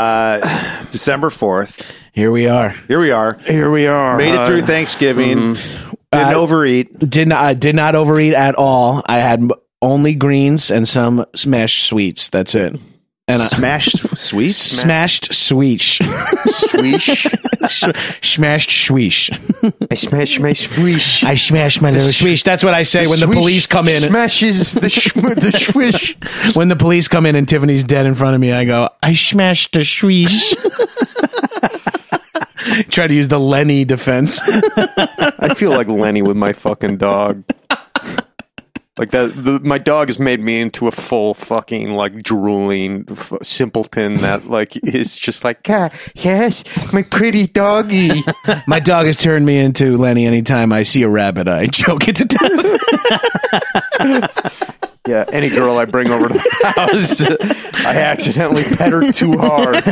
Uh, December 4th. Here we are. Here we are. Here we are. Made it through Thanksgiving. Didn't Uh, Uh, mm-hmm. overeat. Did not I did not overeat at all. I had m- only greens and some smashed sweets. That's it. And I, Smashed sweets. smashed sweets. Swish. smashed sweets. I smash my swish. I smashed my little sweets. That's what I say when the Swish police come in. Smashes the, sh- the swish. when the police come in and Tiffany's dead in front of me, I go, I smashed the sweets. Try to use the Lenny defense. I feel like Lenny with my fucking dog. Like that, the, my dog has made me into a full fucking like drooling f- simpleton that like is just like, ah, yes, my pretty doggy. My dog has turned me into Lenny anytime I see a rabbit, I choke it to death. yeah, any girl I bring over to the house, I accidentally pet her too hard.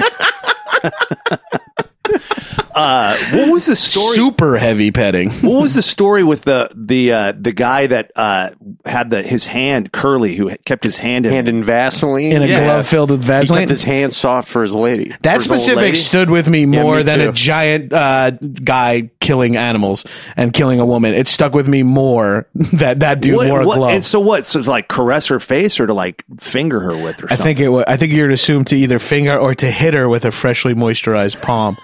Uh, What was the story? Super heavy petting. What was the story with the the uh, the guy that uh, had the his hand curly who kept his hand in? And in Vaseline, In a yeah. glove filled with he kept Vaseline. his hand soft for his lady. That his old specific lady? stood with me more me than a too. giant uh, guy killing animals and killing a woman. It stuck with me more that that dude what, wore a what- glove. And so what? So to, like caress her face or to like finger her with or something? I think it. wa- I think you're assumed to either finger or to hit her with a freshly moisturized palm.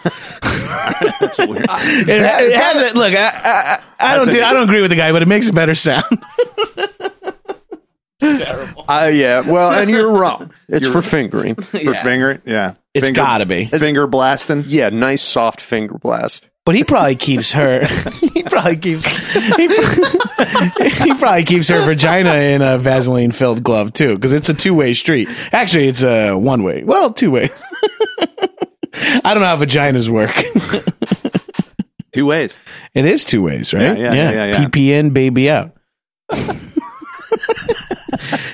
That's weird. it, it has a, look, I, I, I I don't. That's do- a- I don't agree with the guy, but it makes a better sound. Uh, yeah, well, and you're wrong. It's for fingering. For finger, yeah. It's finger, gotta be. Finger blasting. Yeah, nice soft finger blast. But he probably keeps her. he probably keeps. He, he probably keeps her vagina in a Vaseline filled glove too, because it's a two way street. Actually, it's a one way. Well, two ways. I don't know how vaginas work. Two ways. It is two ways, right? Yeah, yeah, yeah, yeah, yeah. PPN baby out.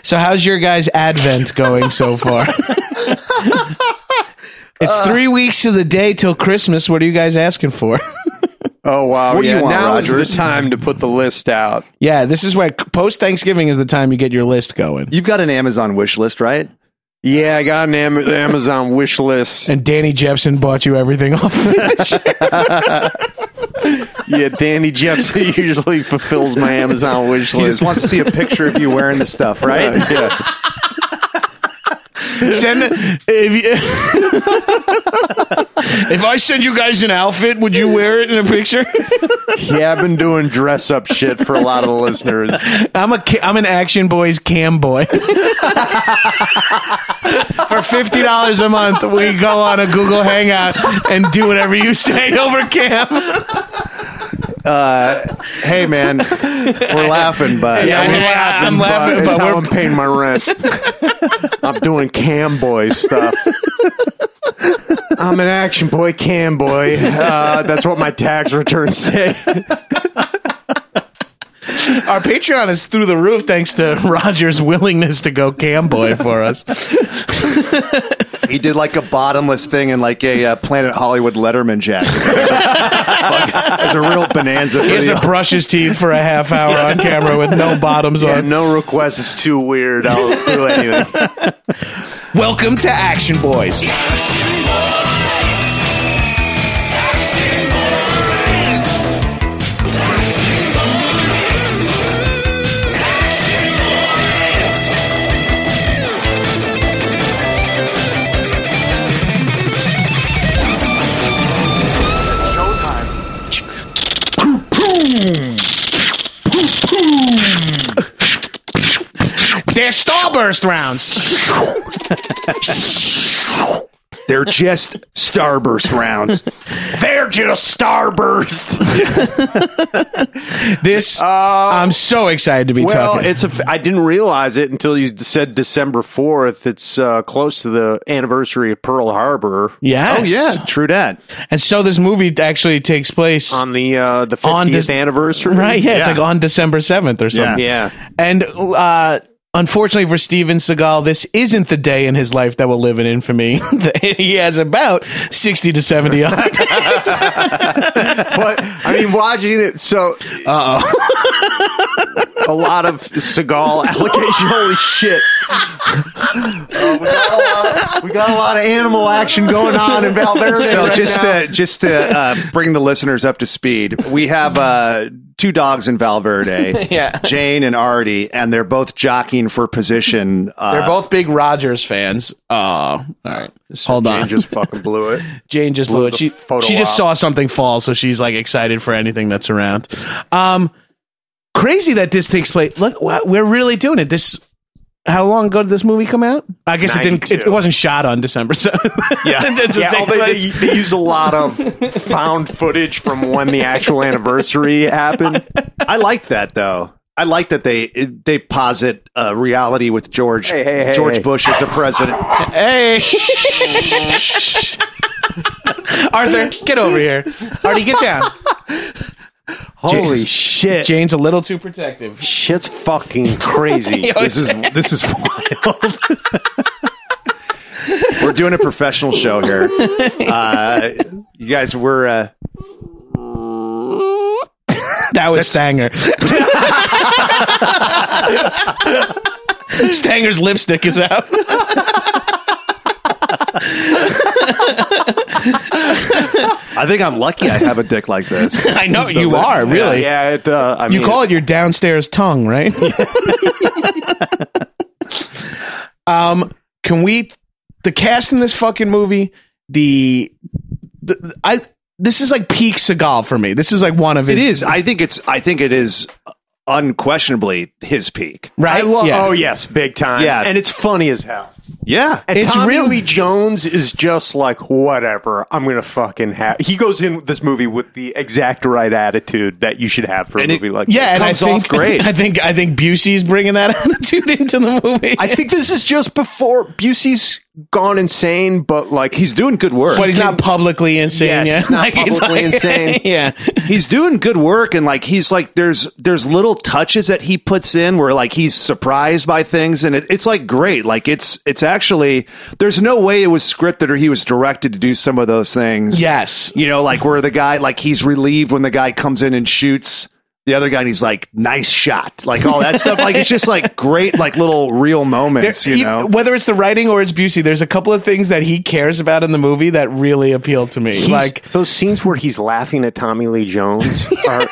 so, how's your guys' Advent going so far? it's three weeks to the day till Christmas. What are you guys asking for? Oh wow! What do you yeah, want, now is Rogers? the time to put the list out. yeah, this is where post Thanksgiving is the time you get your list going. You've got an Amazon wish list, right? Yeah, I got an Am- Amazon wish list. And Danny Jepson bought you everything off. yeah, Danny Jepson usually fulfills my Amazon wish He just list. wants to see a picture of you wearing the stuff, right? Yeah, yeah. send it, if, you, if I send you guys an outfit, would you wear it in a picture? yeah, I've been doing dress up shit for a lot of the listeners. I'm a ca- I'm an Action Boys cam boy. For fifty dollars a month, we go on a Google Hangout and do whatever you say over cam. Hey, man, we're laughing, but Yeah, we're yeah, I'm laughing, it's but how we're- I'm paying my rent. I'm doing cam boy stuff. I'm an action boy, cam boy. Uh, that's what my tax returns say. Our Patreon is through the roof thanks to Roger's willingness to go cam boy for us. he did like a bottomless thing in like a uh, Planet Hollywood Letterman jacket. It's a real bonanza. He For has to the, brush his teeth for a half hour on camera with no bottoms Yeah, on. no request is too weird. I'll do anything. Welcome to Action Boys. They're starburst rounds. they're just starburst rounds. They're just starburst. This I'm so excited to be Well, talking. it's a. F- I didn't realize it until you d- said December fourth. It's uh, close to the anniversary of Pearl Harbor. Yes. Oh yeah, true that. And so this movie actually takes place on the uh, the On fiftieth Dec- anniversary. right. Yeah, it's like on December seventh or something. yeah. And uh, unfortunately for Steven Seagal, this isn't the day in his life that will live in infamy. he has about sixty to seventy. other days. But I mean, watching it. So, uh oh, a lot of Seagal allocation. Holy shit! we, got a lot, we got a lot of animal action going on in Valverde. So just to, just to uh, bring the listeners up to speed, we have uh, two dogs in Valverde, Yeah. Jane and Artie, and they're both jockeying for position. Uh, They're both big Rogers fans. Oh, all right. Hold Jane on. just fucking blew it. Jane just blew it. the She, photo she just op. saw something fall, so she's like excited for anything that's around. Um, crazy that this takes place. Look, wa- we're really doing it. This. How long ago did this movie come out? I guess it didn't. It, 92. it wasn't shot on December seventh. Yeah, That just yeah takes although place. they, they use a lot of found footage from when the actual anniversary happened. I like that though. I like that they they posit uh, reality with George Hey, hey, hey, George hey. Bush as a president. Hey, Arthur, get over here. Artie, get down. Holy Jesus. shit! Jane's a little too protective. Shit's fucking crazy. This is this is wild. we're doing a professional show here. Uh, you guys, we're uh, That was Stanger. Stanger's lipstick is out. I think I'm lucky I have a dick like this. I know you are really. Yeah, it, uh, I You mean, call it your downstairs tongue, right? um, can we the cast in this fucking movie? The, the I this is like peak Seagal for me. This is like one of his. It is. I think it's. I think it is unquestionably his peak. right. I love. Yeah. Oh yes, big time. Yeah. and it's funny as hell. Yeah. And It's Tommy really- Lee Jones is just like whatever. I'm gonna fucking have. He goes in this movie with the exact right attitude that you should have for a And it- movie like Yeah, This. and I comes off think great. I think I think Busey's bringing that attitude into the movie. I think this is just before Busey's gone insane, but like he's He's doing good work. but he's not publicly insane. Yes, yeah. he's not publicly insane. yeah, he's doing good work and like he's like there's there's little touches that he puts in where like he's surprised by things and it, it's like great like it's it's actually there's no way it was scripted or he was directed to do some of those things Yes. you know like where the guy like he's relieved when the guy comes in and shoots the other guy and he's like nice shot like all that stuff like it's just like great like little real moments There- you e- know whether it's the writing or it's Busey, there's a couple of things that he cares about in the movie that really appeal to me. like like those scenes where he's laughing at Tommy Lee Jones are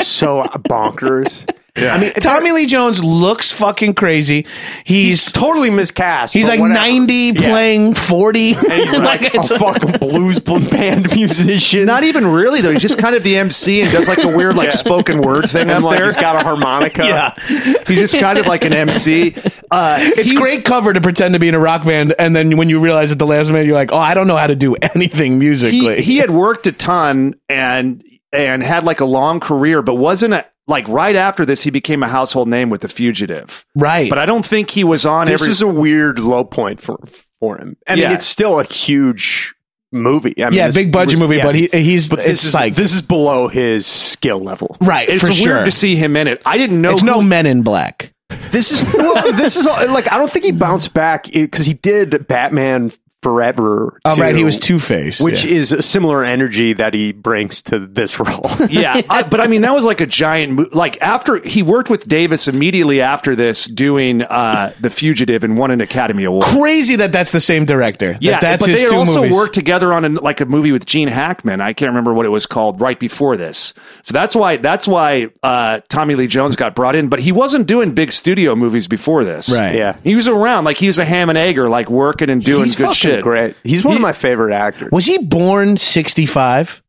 so bonkers. Yeah. I mean, Tommy Lee Jones looks fucking crazy. He's he's totally miscast. he's but like whatever. 90 Yeah. playing 40. And he's like, oh. a it's- fucking blues band musician. not even really though he's just kind of the mc and does like the weird like spoken word thing up and like there he's got a harmonica. Yeah, uh, he's just kind of like an MC. Uh, it's he's- great cover to pretend to be in a rock band, and then when you realize at the last minute, you're like, "Oh, I don't know how to do anything musically." He, he had worked a ton and and had like a long career, but wasn't a, like right after this he became a household name with The Fugitive. right? But I don't think he was on This every. is a weird low point for for him. I Yeah. mean, it's still a huge movie. I mean, yeah, this big budget was- movie, yes. but he, he's this it's is like this is below his skill level. right it's for weird sure. to see him in it. I didn't know. it's who- no Men in Black. This is well, this is all, like I don't think he bounced back because he did Batman Forever. Oh, right, too, he was Two Face, which is a similar energy that he brings to this role. yeah, I, but I mean that was like a giant. Mo- like after he worked with Davis immediately after this, doing uh, The Fugitive and won an Academy Award. crazy that that's the same director. That Yeah, that's but his they two also movies. worked together on a, like a movie with Gene Hackman. I can't remember what it was called right before this. So that's why that's why uh, Tommy Lee Jones got brought in, but he wasn't doing big studio movies before this. Right. Yeah. He was around like he was a ham and egger, like working and doing He's good fucking shit. great. He's one of my favorite actors. Was he born sixty five?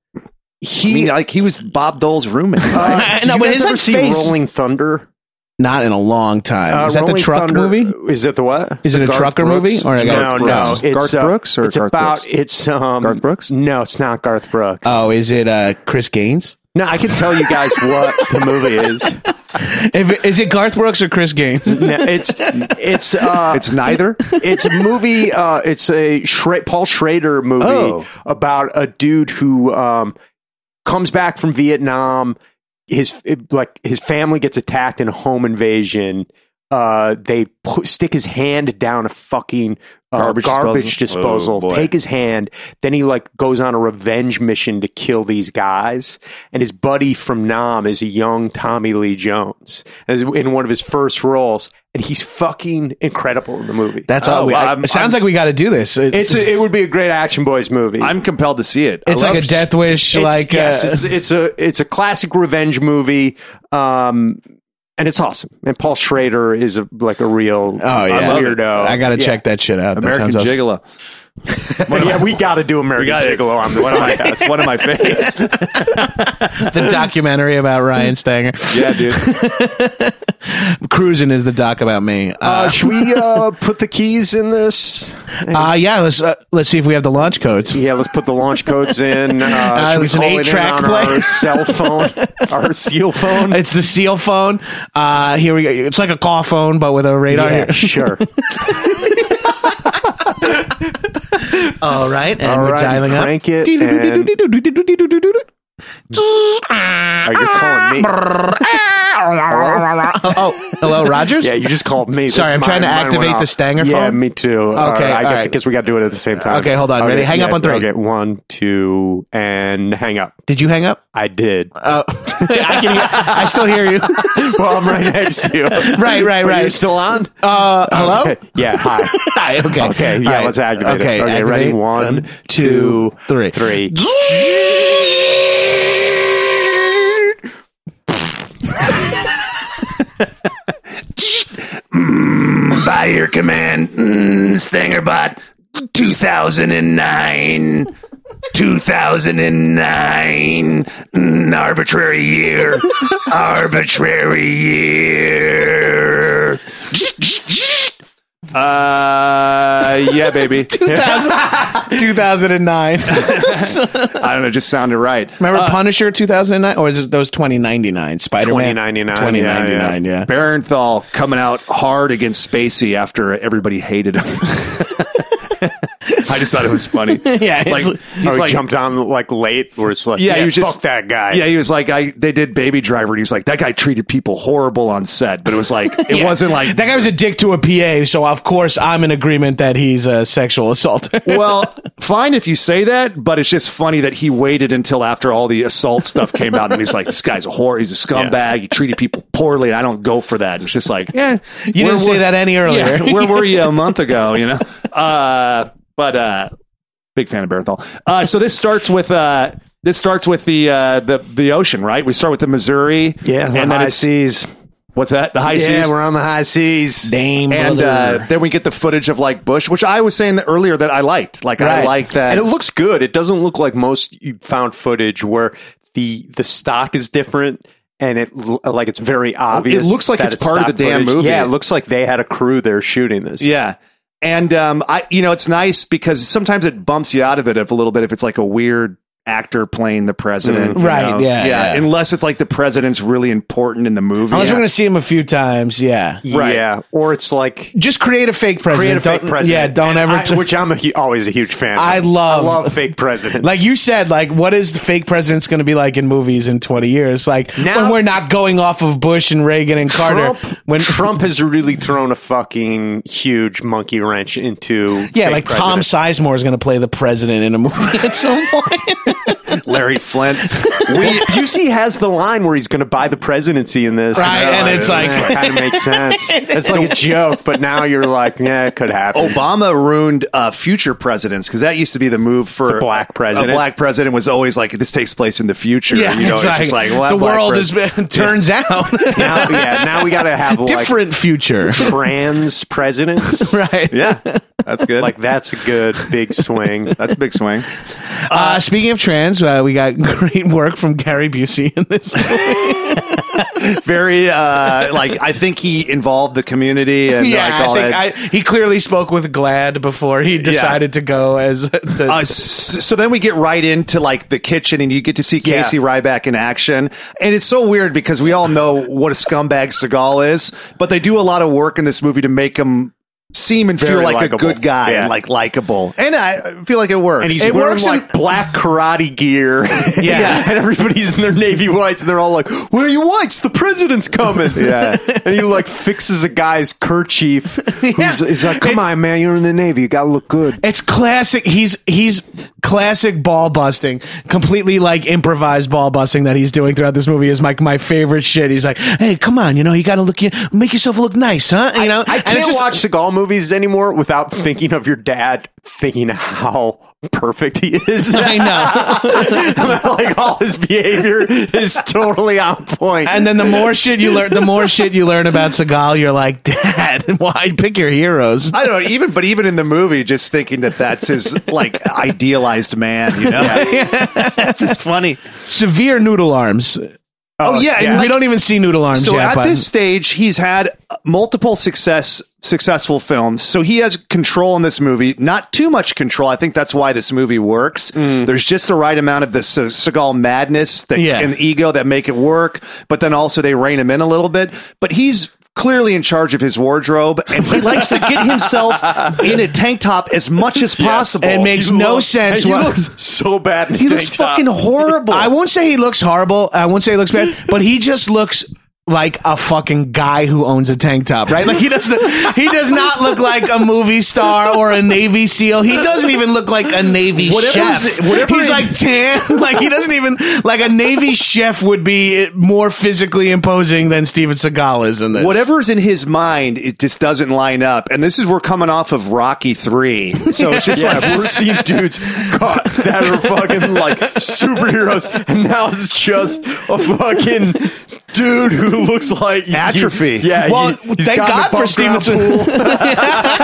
He like he was Bob Dole's roommate. Uh, Did you guys ever see Rolling Thunder? not in a long time. Uh, is that Rolling the truck Thunder- movie? Is it the what? Is it a Garth trucker Brooks? movie? Or I no, got- no, Brooks. it's Garth uh, Brooks or it's Garth about Brooks? it's um Garth Brooks? No, it's not Garth Brooks. Oh, is it uh, Chris Gaines? no, I can tell you guys what the movie is. If, is it Garth Brooks or Chris Gaines? No, it's it's uh, it's neither. it's a movie. Uh, it's a Schra- Paul Schrader movie Oh. about a dude who um, comes back from Vietnam. His it- like his family gets attacked in a home invasion. uh, they pu- stick his hand down a fucking uh, garbage, Garbage disposal? disposal, Oh, boy. take his hand. Then he like goes on a revenge mission to kill these guys. And his buddy from Nam is a young Tommy Lee Jones as in one of his first roles, and he's fucking incredible in the movie. That's Oh, all. We, well, I- I'm- it sounds like we got to do this. it's a, it would be a great action boys movie. I'm compelled to see it. I it's like a love- death wish. It's- like yes, uh, it's, it's a it's a classic revenge movie, um, and it's awesome. And Paul Schrader is a, like a real oh yeah, love it. weirdo. I got to Yeah. check that shit out. That American sounds awesome. Gigolo. But yeah, we got to do We American gotta- Gigolo on the One of my, it's one of my favorites. the documentary about Ryan Stanger. yeah, dude. Cruising is the doc about me. Uh, Uh, should we uh, put the keys in this? uh, yeah, let's uh, let's see if we have the launch codes. Yeah, let's put the launch codes in. Uh, it should we was an call it in eight-track on play. our cell phone, our seal phone? It's the seal phone. Uh, here we go. It's like a call phone, but with a radar. yeah, sure. All right, and All we're right, dialing up. crank it and- Oh, you're calling me. oh, hello, Rogers. Yeah, you just called me. Sorry, This- I'm trying to mine- mine went activate the off. Stanger Yeah, phone. me too. Uh, Okay, I, all guess- I right. guess we got to do it at the same time. Okay, hold on. Ready? Hang up on three. Okay, one, two, and hang up. Did you hang up? I did. Oh, I, can hear, I still hear you. well, I'm right next to you. right, right, Are you right. still on? Uh, hello. Okay. Yeah. Hi. Hi, okay. Okay, yeah, All right. let's activate it. Okay, Okay, activate. ready? One, two, three. Three. By your command, mm, Stangerbot, 2009. 2009. mm, arbitrary year. arbitrary year. Uh, yeah, baby. 2009. I don't know, just sounded right. Remember Uh, Punisher 2009? Or is it those 2099? Spider Man? 2099, yeah, 2099, yeah. Barenthal coming out hard against Spacey after everybody hated him. I just thought it was funny. Yeah, it's- like, he's Or Oh, he like, jumped on like late, where it's like, Yeah, yeah, he you was fuck just- that guy. yeah, he was like, I they did Baby Driver, and he's like, that guy treated people horrible on set, but it was like, it Yeah. wasn't like That guy was a dick to a PA, so of course I'm in agreement that he's a sexual assaulter. Well, fine if you say that, but it's just funny that he waited until after all the assault stuff came out, and he's like, "This guy's a whore. He's a scumbag. He treated people poorly, and I don't go for that." And it's just like, yeah, You didn't say that any earlier. yeah, where were you a month ago? You know, uh, but uh, big fan of Barenthal. Uh, so this starts with uh, this starts with the uh, the the ocean, right? We start with the Missouri, and then it's seas. what's that? The high Yeah, seas. we're on the high seas. Dame And uh, then we get the footage of like Bush, which I was saying that earlier that I liked. Like I Right. like that. and it looks good. It doesn't look like most you found footage where the the stock is different and it l- like it's very obvious. looks like that it's part of stock the damn movie. Yeah, it looks like they had a crew there shooting this. Yeah. And um, I, you know, it's nice because sometimes it bumps you out of it a little bit if it's like a weird actor playing the president, you Right, know? yeah, yeah. Unless it's like the president's really important in the movie. Unless Yeah. we're going to see him a few times, yeah. Right. Yeah, or it's like Just create a fake create a president. fake Don't- president. Yeah, don't And ever. I- which I'm a hu- always a huge fan. I of. love- I love fake presidents. like you said, like what is the fake president's going to be like in movies in twenty years? Like Now- when we're not going off of Bush and Reagan and Carter. Trump, when Trump has really thrown a fucking huge monkey wrench into yeah, fake like Tom presidents. Sizemore is going to play the president in a movie at some point. Larry Flint. Well, Busey has the line where he's going to buy the presidency in this, Right, and it's like- kind of makes sense. It's like a joke, but now you're like, yeah, it could happen. Obama ruined uh, future presidents because that used to be the move for The black president. A black president was always like this takes place in the future. you know, it's, just like well, the black world pres- has been turns out now, yeah, now we got to have like different future, trans presidents. right? yeah, that's good. Like that's a good big swing. that's a big swing. Uh, speaking of trans, uh, we got great work from Gary Busey in this. Very uh, like I think he involved the community and yeah, like all that. I think I, he clearly spoke with Glad before he decided to go as. To, Uh, s- so then we get right into like the kitchen, and you get to see Yeah. Casey Ryback in action, and it's so weird because we all know what a scumbag Seagal is, but they do a lot of work in this movie to make him seem and feel Very like likable. a good guy Yeah. and like likable. And I feel like it works. And he's it wearing works in- like black karate gear. Yeah. And everybody's in their navy whites and they're all like, Where are you whites? The president's coming. Yeah. and he like fixes a guy's kerchief. Who's, he's like, Come on, man, you're in the navy. You gotta look good. It's classic. He's he's classic ball busting, completely like improvised ball busting that he's doing throughout this movie is like my favorite shit. He's like, hey, come on, you know, you got to look, you make yourself look nice, huh? You know, I And it's can't watch Seagal movies anymore without thinking of your dad, thinking how perfect he is. I know. like all his behavior is totally on point. And then the more shit you learn, the more shit you learn about Seagal, you're like, Dad, why pick your heroes? I don't know, even but even in the movie, just thinking that that's his like idealized man, you know, that's just funny. Severe noodle arms. Oh, yeah, and we like- don't even see noodle arms so yet. at but this stage, he's had multiple success successful films, so he has control in this movie. Not too much control. I think that's why this movie works. There's just the right amount of the Se- Seagal madness that, Mm. Yeah. and ego that make it work, but then also they rein him in a little bit. But he's clearly in charge of his wardrobe and he likes to get himself in a tank top as much as possible It makes no sense. he what- looks so bad. In He looks fucking horrible. I won't say he looks horrible. I won't say he looks bad, but he just looks like a fucking guy who owns a tank top, right? Like he doesn't he does not look like a movie star or a Navy SEAL. He doesn't even look like a Navy Whatever chef. is- whatever He's it- like tan. Like he doesn't even like a Navy chef would be more physically imposing than Steven Seagal is in this. Whatever's in his mind, it just doesn't line up. And this is we're coming off of Rocky Three, so it's just Yeah, like we're seeing dudes caught that are fucking like superheroes, and now it's just a fucking dude who looks like he- Atrophy. yeah. Well, he- he's thank God for got the bump ground Stevenson. pool.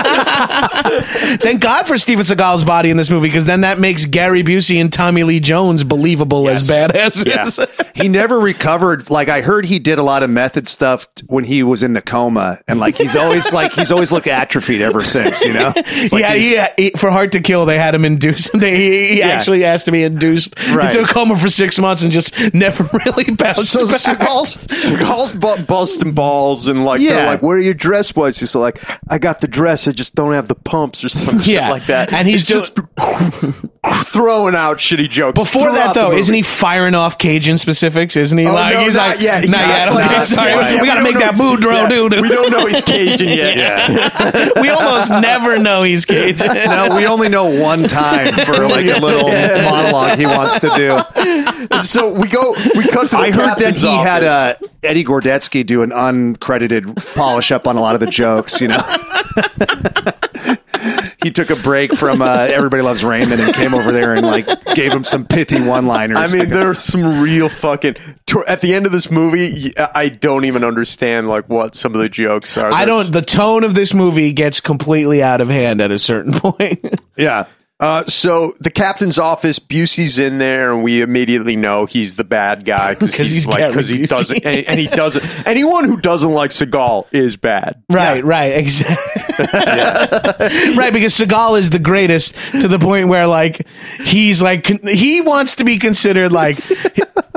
Thank God for Steven Seagal's body in this movie because then that makes Gary Busey and Tommy Lee Jones believable as badasses. he never recovered. Like I heard, he did a lot of method stuff t- when he was in the coma, and like he's always like he's always looked atrophied ever since. You know, It's like yeah, he- he, he- for Hard to Kill, they had him induced. They, he he Yeah. actually has to be induced Right. into a coma for six months and just never really bounced So back. Seagal's, Seagal's bu- busting balls and like they're Yeah. like, where are your dress boys? He's like, I got the dress, I just don't have the pumps or something Yeah. like that. And he's It's just throwing out shitty jokes. Before that, throughout the though, movie. isn't he firing off Cajun specifics? Isn't he? Oh, like no, he's not like, yet. not Not yet. yet. Okay, sorry, Yeah, yeah. we gotta We make don't that know mood roll, dude. We don't know he's Cajun yet. We almost never know he's Cajun. No, we only know one time for like a little monologue he wants to do. And so we go. We cut. To the I heard that captain's he had office. uh, Eddie Gordetsky do an uncredited polish up on a lot of the jokes. You know, he took a break from uh, Everybody Loves Raymond and came over there and like gave him some pithy one-liners. I mean, there's some real fucking. tor- At the end of this movie, y- I don't even understand like what some of the jokes are. I There's- don't. The tone of this movie gets completely out of hand at a certain point. yeah. Uh, so the captain's office, Busey's in there, and we immediately know he's the bad guy because 'Cause he's, he's like Gary because he Busey. doesn't and, and he doesn't. Anyone who doesn't like Seagal is bad. Right, right, exactly. right, because Seagal is the greatest to the point where, like, he's like, con- he wants to be considered like,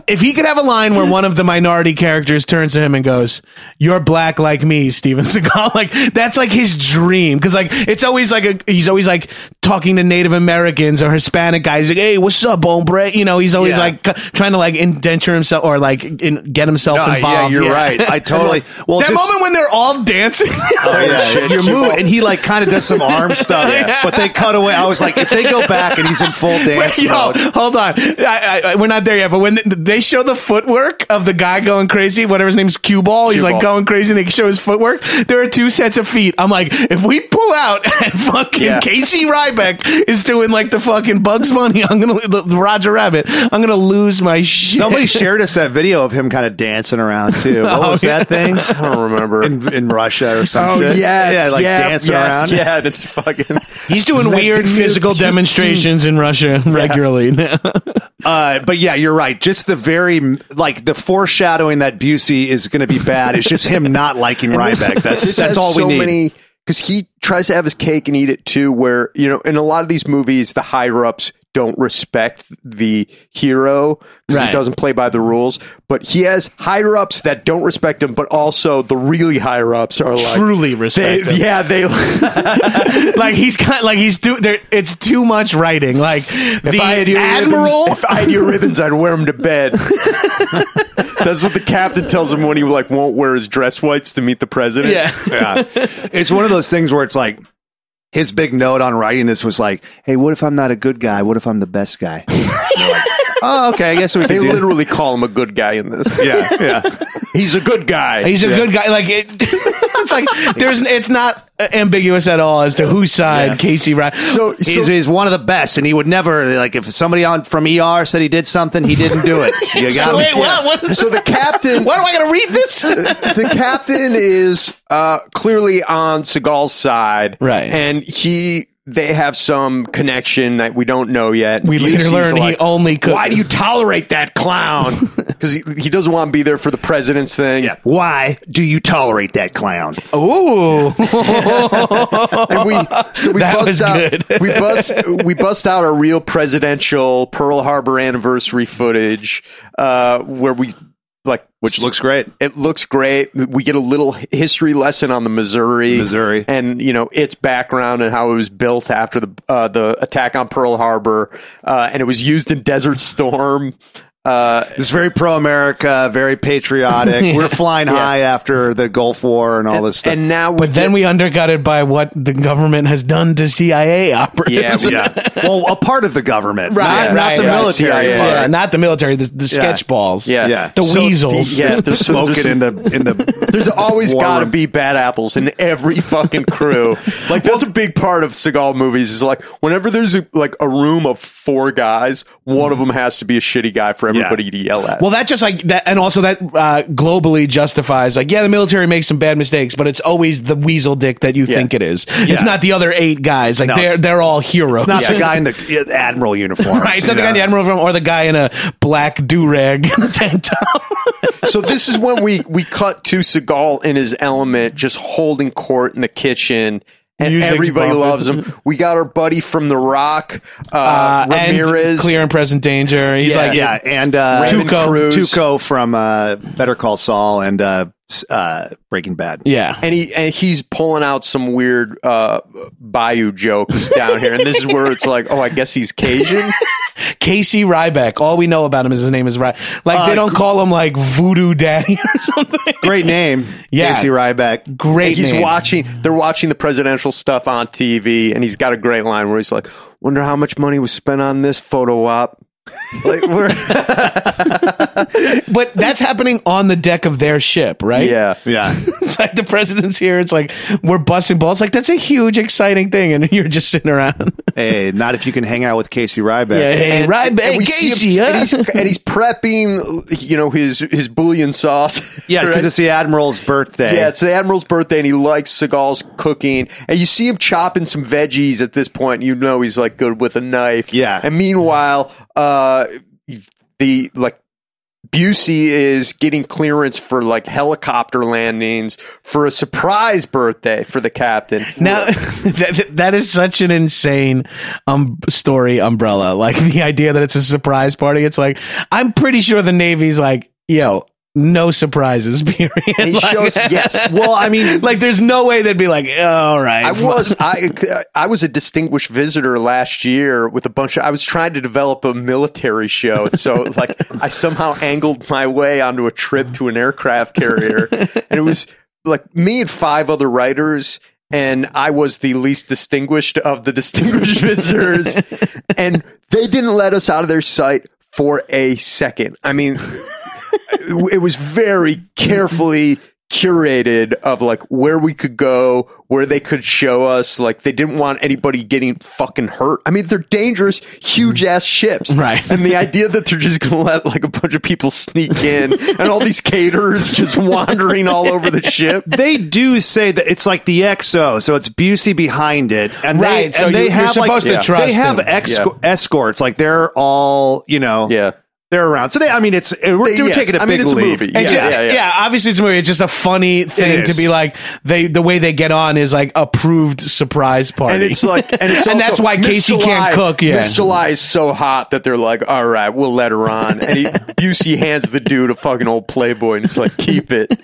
if he could have a line where one of the minority characters turns to him and goes, You're black like me, Steven Seagal. Like, that's like his dream. Cause, like, it's always like, a, he's always like talking to Native Americans or Hispanic guys, like, Hey, what's up, hombre? You know, he's always Yeah. like c- trying to like indenture himself or like in- get himself No, involved. yeah, you're right. I totally. Well, that just, moment when they're all dancing. Oh, yeah, your move, and he like kind of does some arm stuff, Yeah. but they cut away. I was like, if they go back and he's in full dance Yo, mode, hold on. I, I, I- we're not there yet, but when th- they show the footwork of the guy going crazy, whatever his name's, Cue Ball, he's like Ball. going crazy and they show his footwork. There are two sets of feet. I'm like, if we pull out and fucking Yeah. Casey Ryback is doing like the fucking Bugs Bunny, I'm gonna, the, the Roger Rabbit, I'm gonna lose my shit. somebody shared us that video of him kind of dancing around too. What was that thing? I don't remember. In, in Russia or something? yeah, like dancing around. Yeah, and it's fucking. he's doing weird physical demonstrations in Russia regularly now. Uh, but yeah, you're right. Just the very like the foreshadowing that Busey is going to be bad. It's just him not liking Ryback. That's This that's has all we so need. Many, because he tries to have his cake and eat it too, where, you know, in a lot of these movies, the higher ups don't respect the hero because Right. he doesn't play by the rules. But he has higher ups that don't respect him, but also the really higher ups are like Truly They, respect him. yeah, they. like he's kind like he's do there it's too much writing like the I had your admiral ribbons, if I had your ribbons, I'd wear them to bed. That's what the captain tells him when he like won't wear his dress whites to meet the president. Yeah. It's one of those things where it's like his big note on writing this was like, "Hey, what if I'm not a good guy? What if I'm the best guy?" And they're like, oh, okay. I guess we They can do. that." literally call him a good guy in this. Yeah, yeah. He's a good guy. he's a good guy like it, it's like there's it's not uh, ambiguous at all as to whose side Casey Ryan So, He's, so- he's one of the best, and he would never like if somebody on from ER said he did something, he didn't do it. You got So me? wait, what? What is- so the captain, why do I gotta read this the captain is uh, clearly on Seagal's side, Right. And he, they have some connection that we don't know yet. we later Ulysses learn he like, only could Why do you tolerate that clown? Because he, he doesn't want to be there for the president's thing. Yeah. Why do you tolerate that clown? Oh, ooh And we so we That bust was out good. we bust we bust out a real presidential Pearl Harbor anniversary footage uh, where we like Which looks great. It looks great. We get a little history lesson on the Missouri, Missouri. and you know its background and how it was built after the uh, the attack on Pearl Harbor, uh, and it was used in Desert Storm. Uh, It's very pro America, very patriotic. We're flying high after the Gulf War and all this stuff. and now, but then we undercut it by what the government has done to CIA operatives yeah, we- well, a part of the government, Right, not, right, not the right. military. CIA. part. Yeah, not the military, the, the sketch balls. Yeah. Yeah. The So weasels. the- yeah, there's- Smoke there's it some- in the in the. There's always War got to room. be bad apples in every fucking crew. like that's a big part of Seagal movies. Is like whenever there's a, like a room of four guys, one of them has to be a shitty guy for everybody to yell at. Well, that just like that, and also that uh, globally justifies like, yeah, the military makes some bad mistakes, but it's always the weasel dick that you think it is. It's not the other eight guys. Like No, they're it's- they're all heroes. Not the guy in the yeah, admiral uniform. Right, it's not the guy in the admiral from, or the guy in a black do rag tank top. so this is when we we cut to Seagal in his element, just holding court in the kitchen. And Music's everybody bumping. loves him. We got our buddy from The Rock, uh, Uh, Ramirez. and clear and present danger. He's like, yeah, and uh, Raymond Tuco. Cruz. Tuco from uh, Better Call Saul and uh, s- uh, Breaking Bad. yeah, and he and he's pulling out some weird uh, bayou jokes down here, and this is where it's like, oh, I guess he's Cajun. Casey Ryback. All we know about him is his name is Ryback. Like Uh, they don't call him like Voodoo Daddy or something. Great name, Yeah. Casey Ryback. Great. he's name. watching. They're watching the presidential stuff on TV, and he's got a great line where he's like, "Wonder how much money was spent on this photo op." like we're But that's happening on the deck of their ship, right? yeah. Yeah, It's like the president's here. It's like we're busting balls. Like that's a huge, exciting thing, and you're just sitting around. hey, not if you can hang out with Casey Ryback. hey, right back, we see him- Casey. and, Huh? he's, and he's prepping, you know, his his bouillon sauce. Yeah, because right? it's the admiral's birthday. Yeah, it's the admiral's birthday, and he likes Seagal's cooking. And you see him chopping some veggies at this point. You know he's like good with a knife. Yeah. And meanwhile, uh, the like Busey is getting clearance for like helicopter landings for a surprise birthday for the captain. Now that, that is such an insane um story umbrella. Like the idea that it's a surprise party. It's like I'm pretty sure the Navy's like, yo, no surprises. Period. and he Like- shows yes. Well, I mean, like there's no way they'd be like, all right. I was I I was a distinguished visitor last year with a bunch of I was trying to develop a military show. So like I somehow angled my way onto a trip to an aircraft carrier and it was like me and five other writers and I was the least distinguished of the distinguished visitors and they didn't let us out of their sight for a second. I mean it was very carefully curated of like where we could go, where they could show us. Like they didn't want anybody getting fucking hurt. I mean, they're dangerous, huge ass ships, Right. And the idea that they're just gonna let like a bunch of people sneak in and all these caterers just wandering all over the ship. they do say that it's like the XO, so it's Busey behind it, and Right, They, so and you- they you're have like, supposed to yeah. trust They have him. ex- Yeah. escorts, like they're all you know, Yeah. They're around. So they, I mean, it's we're, Yes, we're taking a I big mean, it's a leap. movie. Yeah. And ju- yeah, yeah, yeah. obviously it's a movie. It's just a funny thing to is. be like they the way they get on is like approved surprise party. And it's like, and it's And also- that's why Miss Casey July- can't cook, yeah. Miss July is so hot that they're like, all right, we'll let her on. And he, Busey hands the dude a fucking old Playboy, and it's like, keep it.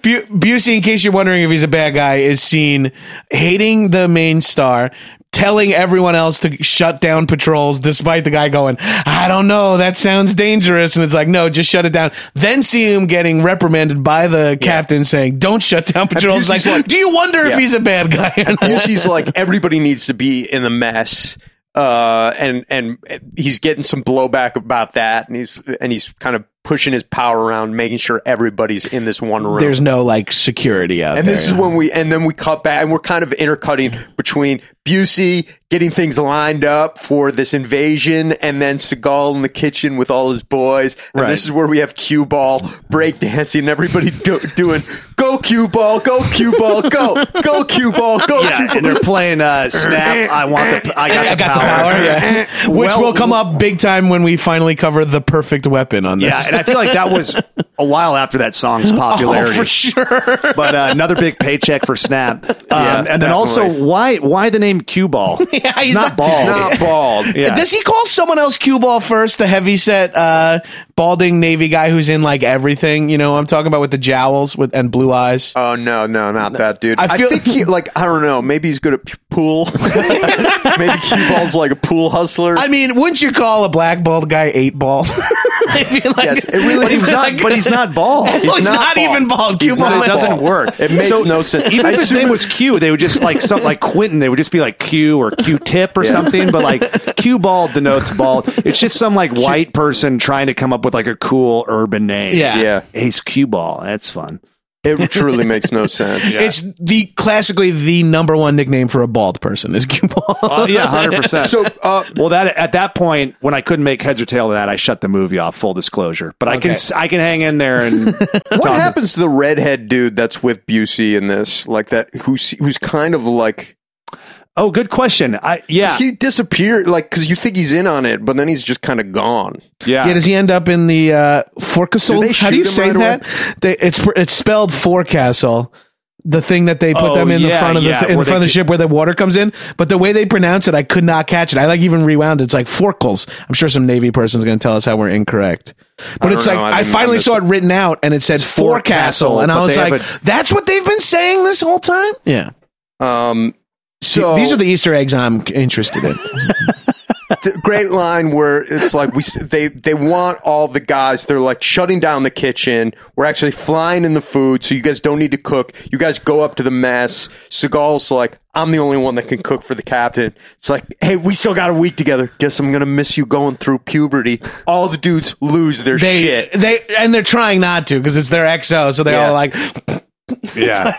Bu- Busey, in case you're wondering if he's a bad guy, is seen hating the main star, telling everyone else to shut down patrols, despite the guy going, I don't know, that sounds dangerous. And it's like, no, just shut it down. Then see him getting reprimanded by the captain saying, don't shut down patrols. Like, Busey's like- do you wonder if Yeah. he's a bad guy? or not?" Busey's like everybody needs to be in the mess. Uh, and and he's getting some blowback about that, and he's and he's kind of pushing his power around, making sure everybody's in this one room. There's no like security out and there. this is when we and then we cut back, and we're kind of intercutting between Busey getting things lined up for this invasion, and then Seagal in the kitchen with all his boys. And Right. this is where we have cue ball breakdancing, and everybody do, doing go cue ball, go cue ball, go go cue ball, go cue Yeah, ball. and they're playing uh, snap. I want the. I got, I the, got power. the power, yeah. which Well- will come up big time when we finally cover the perfect weapon on this. Yeah, and I feel like that was a while after that song's Oh, popularity. for sure. But uh, another big paycheck for Snap. Um, Yeah, and then also, definitely. why why the name Cue Ball? Yeah, It's he's not not- ball. He's not bald. Yeah. Does he call someone else cue ball first? The heavyset, uh, balding Navy guy who's in like everything. You know, what I'm talking about with the jowls with and blue eyes. Oh no, no, not that dude. I, I feel- think he like I don't know. Maybe he's good at p- pool. maybe cue ball's like a pool hustler. I mean, wouldn't you call a black bald guy eight ball? If you like- yes, it really. But he's not. But he's not bald. Well, he's not even bald. Cue He's ball. So not it doesn't bald. work. It makes So no sense. Even I if his assume name was Q, they would just like something like Quentin. They would just be like Q or Q tip or something. But like Q bald denotes bald. It's just some like white person trying to come up with like a cool urban name. Yeah. Yeah, Ace Q ball. That's fun. it truly makes no sense. It's the classically the number one nickname for a bald person is cue ball. Uh, yeah, hundred percent. So, uh, Well, that at that point when I couldn't make heads or tail of that, I shut the movie off. Full disclosure, but I can Okay. I can hang in there and what Tom- happens to the redhead dude that's with Busey in this? Like that, who's who's kind of like oh, good question. I yeah he disappeared, like because you think he's in on it, but then he's just kind of gone. yeah. Yeah, does he end up in the uh, forecastle? Do they How do you shoot him say right away? that? They, it's pr- it's spelled forecastle. The thing that they put Oh, them in the yeah, front of the yeah, in where the front of they- the ship where the water comes in, but the way they pronounce it, I could not catch it. I like even rewound. it. It's like forkles. I'm sure some Navy person's going to tell us how we're incorrect. But don't it's know. like I I, didn't- I finally missed saw it written out, and it said forecastle, forecastle, and but I was they have like, a- "That's what they've been saying this whole time." Yeah. Um, so These are the Easter eggs I'm interested in. the great line where it's like we they they want all the guys they're like shutting down the kitchen we're actually flying in the food so you guys don't need to cook you guys go up to the mess Seagal's like I'm the only one that can cook for the captain it's like hey we still got a week together guess I'm gonna miss you going through puberty all the dudes lose their they shit they and they're trying not to because it's their XO, so they Yeah. all like Yeah.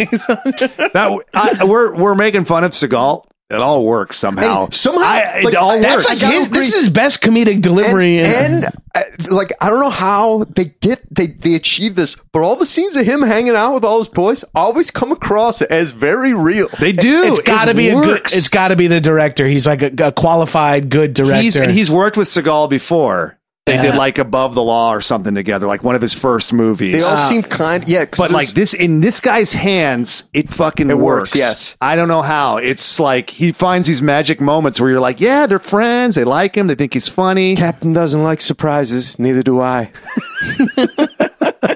that I, we're we're making fun of Seagal. It all works somehow. And somehow, I, it like, all works. that's like I gotta his, this agree. is his best comedic delivery. and, and uh, like I don't know how they get they they achieve this, but all the scenes of him hanging out with all his boys always come across as very real. they do. it's got to It be a good. works. It's got to be the director. He's like a, a qualified good director. He's, and he's worked with Seagal before. They did like Above the Law or something together, like one of his first They movies. all seem kind, yeah. 'cause but like there's- this in this guy's hands, it fucking It works. works, yes. I don't know how. It's like he finds these magic moments where you're like, yeah, they're friends. They like him. They think he's funny. Captain doesn't like surprises, neither do I.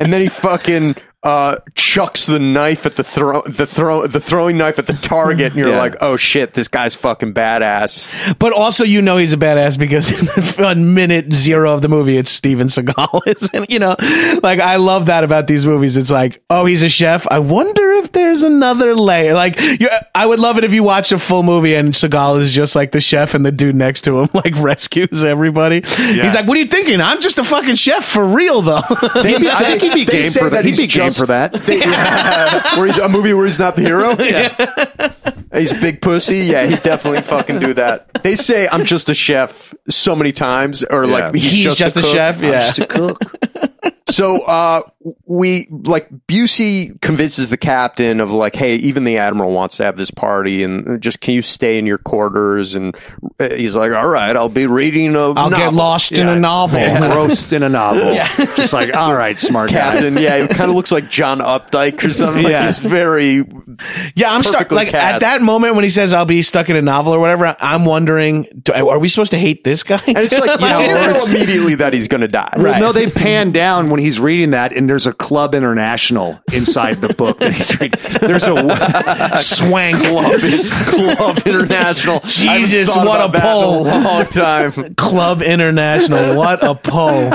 and then he fucking uh, chucks the knife at the throw, the throw, the throwing knife at the target, and you're Yeah. like, oh shit, this guy's fucking badass. but also, you know, he's a badass because on minute zero of the movie, it's Steven Seagal. Isn't you know, like I love that about these movies. It's like, oh, he's a chef. I wonder if there's another layer. Like, you I would love it if you watch a full movie and Seagal is just like the chef, and the dude next to him like rescues everybody. He's like, what are you thinking? I'm just a fucking chef for real, though. He'd be- I think he'd be they game say for that. that He'd be he's game just- for that. where he's a movie where he's not the hero. Yeah. he's a big pussy. Yeah, he definitely fucking do that. They say I'm just a chef so many times, or like Yeah. he's, He's just, just a, a cook. chef, I'm yeah. just a cook. so uh, we like Busey convinces the captain of like, hey, even the admiral wants to have this party, and just can you stay in your quarters? And uh, he's like, all right, I'll be reading a. I'll get novel." lost in Yeah. a novel. engrossed in a novel. Just like, all right, smart guy. Captain, yeah, it kind of looks like John Updike or something. Like Yeah. he's very Yeah, I'm stuck. Perfectly Like cast. at that moment when he says I'll be stuck in a novel or whatever, I'm wondering, do, are we supposed to hate this guy? And it's like, you know, You know it's- immediately that he's going to die. Well, Right. no, they pan down when he's reading that, and there's a Club International inside the book that he's reading. There's a swank. Club, Club International. I haven't Jesus, thought what about a that pull. in long time. Club International. What a pull.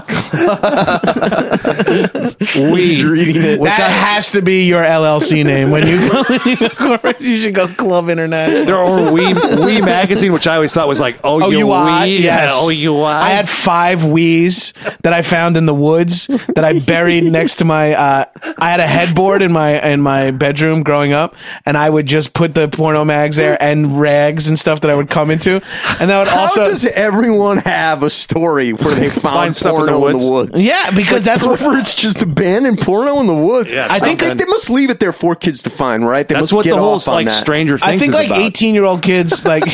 He's reading it. that has to be your LLC name when you go. you should go Club International. there or we we magazine, which I always thought was like oh, you OUI, we yes. oh you I had five Wii's that I found in the woods that I buried next to my. Uh, I had a headboard in my in my bedroom growing up, and I would just put the porno mags there and rags and stuff that I would come into, and that would How also does everyone have a story where they Find found stuff in the porno in woods? the woods? yeah because that's what Perverts just abandon porno in the woods. Yeah, I think something. like, they must leave it there for kids to find, right? They That's must what get the whole off on like that. Stranger Things. I think is like about. eighteen year old kids like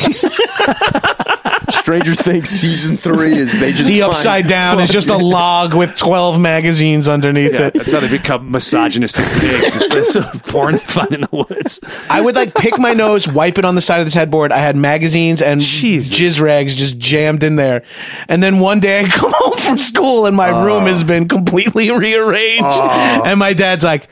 Stranger Things season three is they just the find- upside down is just a log with twelve magazines underneath Yeah, it. that's how they become misogynistic pigs. It's this porn fun in the woods. I would like pick my nose, wipe it on the side of this headboard. I had magazines and jizz rags just jammed in there. And then one day I come home from school and my room Oh. has been completely rearranged. And my dad's like,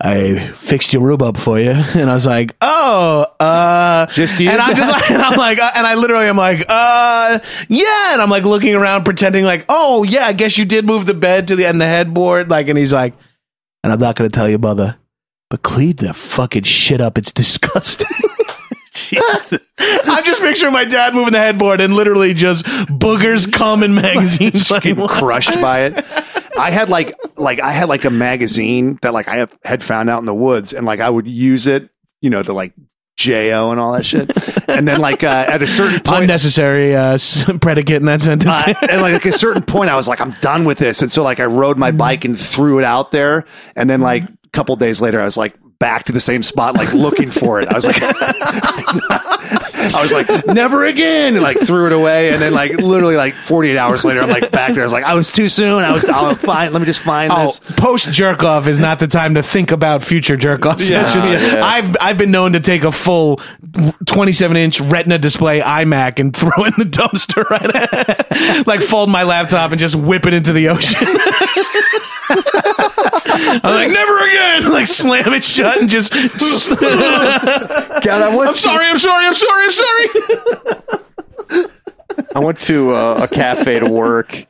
I fixed your room up for you. And I was like, oh, uh, Just you? And I'm just like, and I'm like, uh, and I literally am like, uh, yeah. And I'm like looking around pretending like, oh, yeah, I guess you did move the bed to the and the headboard. Like, and he's like, and I'm not going to tell you, mother. But clean the fucking shit up. It's disgusting. Jesus. I'm just picturing my dad moving the headboard and literally just boogers cum in magazines. like, getting crushed by it. I had like like I had like a magazine that like I have, had found out in the woods, and like I would use it, you know, to like jo and all that shit. And then like uh, at a certain point. unnecessary uh, s- predicate in that sentence. uh, and like a certain point, I was like, I'm done with this. And so like I rode my bike and threw it out there. And then like a couple days later, I was like back to the same spot, like looking for it. I was like, I was like, never again. And like threw it away. And then like literally like 48 hours later, I'm like back there. I was like, I was too soon. I was, I'll find, let me just find Oh, this. post jerk off is not the time to think about future jerk off Yeah. sessions. I've I've been known to take a full 27 inch Retina display iMac and throw it in the dumpster right, like fold my laptop and just whip it into the ocean. I'm like never again. Like slam it shut and just. God, I went I'm sorry. I'm sorry. I'm sorry. I'm sorry. I went to uh, a cafe to work,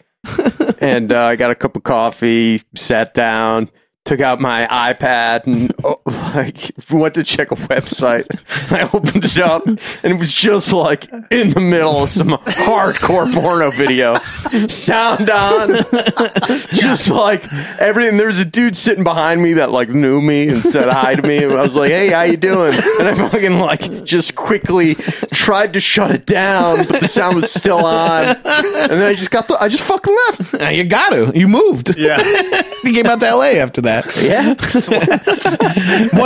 and uh, I got a cup of coffee, sat down, took out my iPad, and oh, like went to check a website. I opened it up, and it was just like in the middle of some hardcore porno video, sound on, just like everything. There was a dude sitting behind me that like knew me and said hi to me, and I was like, "Hey, how you doing?" And I fucking like just quickly tried to shut it down, but the sound was still on, and then I just got the I just fucking left. Now you got to. You moved. Yeah. You came out to L.A. after that. Yeah, One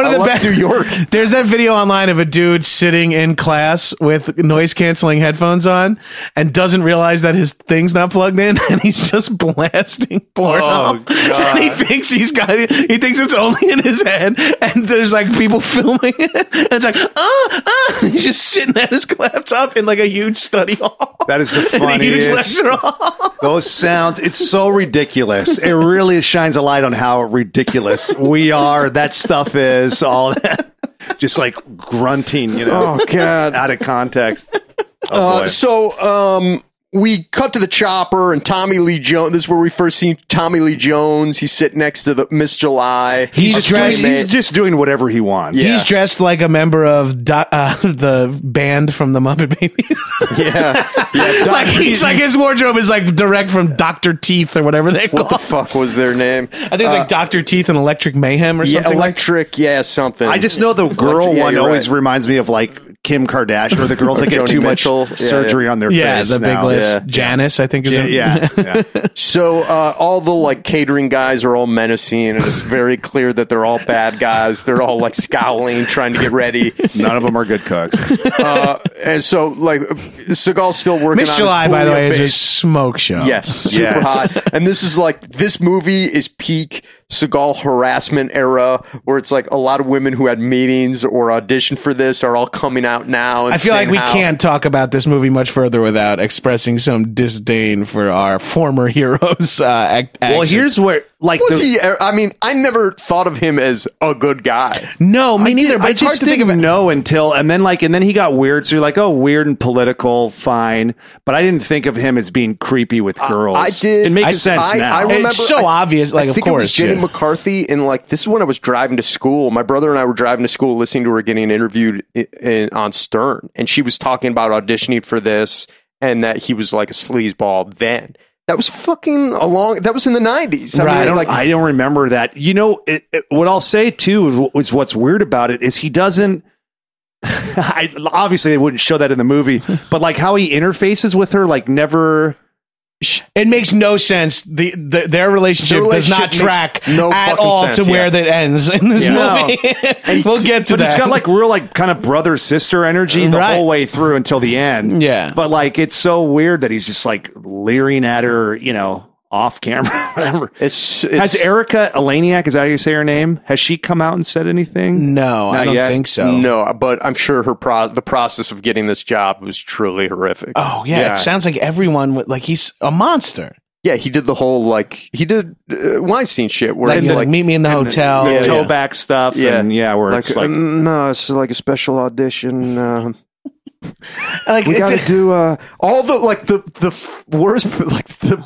of I the love best New York. There's that video online of a dude sitting in class with noise canceling headphones on and doesn't realize that his thing's not plugged in and he's just blasting porno. Oh, God. And he thinks he's got it. He thinks it's only in his head and there's like people filming it. And it's like, ah, ah. He's just sitting at his laptop in like a huge study hall. That is the in a huge funniest. lecture hall. Those sounds, it's so ridiculous. It really shines a light on how ridiculous we are, that stuff is, all that. Just like grunting, you know, Oh, God. out of context. Uh, Oh, boy. so um, we cut to the chopper and Tommy Lee Jones. This is where we first see Tommy Lee Jones. He's sitting next to the Miss July. He's A just trying- he's, playmate. he's just doing whatever he wants. Yeah. He's dressed like a member of Do- uh, the band from the Muppet Babies. yeah. yeah Doc- like he's like his wardrobe is like direct from Doctor Teeth or whatever they call. what the it. fuck was their name? I think it's like Doctor Teeth and Electric Mayhem or Yeah, something. like electric. yeah, something. I just know the girl Electric- yeah, one you're always right. reminds me of like Kim Kardashian or the girls that get Joni too Mitchell. much Yeah, surgery yeah. on their yeah, face. the big now. lips. Yeah. Janice, I think is Yeah, her- yeah, yeah. So uh, all the like catering guys are all menacing, and it's very clear that they're all bad guys. They're all like scowling, trying to get ready. None of them are good cooks. Uh, and so like Seagal's still working. on Miss his July, by the polio way, is a base. smoke show. Yes, super Yes. hot. And this is like this movie is peak Seagal harassment era, where it's like a lot of women who had meetings or auditioned for this are all coming out now. And I feel saying like we how- can't talk about this movie much further without expressing some disdain for our former heroes. Uh, act, Well, actions. here's where like Was the- he? I mean, I never thought of him as a good guy. no, me neither. I But it's hard just to think of didn't it. know until and then like and then he got weird. So you're like, oh, weird and political, fine. But I didn't think of him as being creepy with girls. I did. It makes I- sense I- now. I remember. It's so I- obvious. Like, I of think it was course, Jenny yeah. McCarthy, and like this is when I was driving to school. My brother and I were driving to school, listening to her getting interviewed i in, on Stern, and she was talking about auditioning for this, and that he was like a sleazeball then. That was fucking along. That was in the nineties. I Right. mean, I don't, like I don't remember that. You know, it, it- what I'll say too is, is what's weird about it is he doesn't. I obviously they wouldn't show that in the movie, but like how he interfaces with her, like never. It makes no sense. The, the their relationship, Their relationship does makes not track no at fucking all sense, to yeah. where that ends in this Yeah. movie. we'll get to but that. it's got like real like kind of brother sister energy the Right. whole way through until the end. Yeah. but like it's so weird that he's just like leering at her, you know, off camera. Whatever. it's, it's Has Erica Elaniak, is that how you say her name? Has she come out and said anything? no, I Not don't yet. think so. no, but I'm sure her pro- the process of getting this job was truly horrific. Oh yeah, Yeah. it sounds like everyone would- like he's a monster. yeah, he did the whole like he did uh, Weinstein shit where Like, he's he's like like, meet me in the hotel. The Yeah, toe yeah. back stuff. Yeah. And yeah, where like, it's like, "Mm, no, it's like a special audition. Uh, Like, we it- got to do uh, all the like the the f- worst like the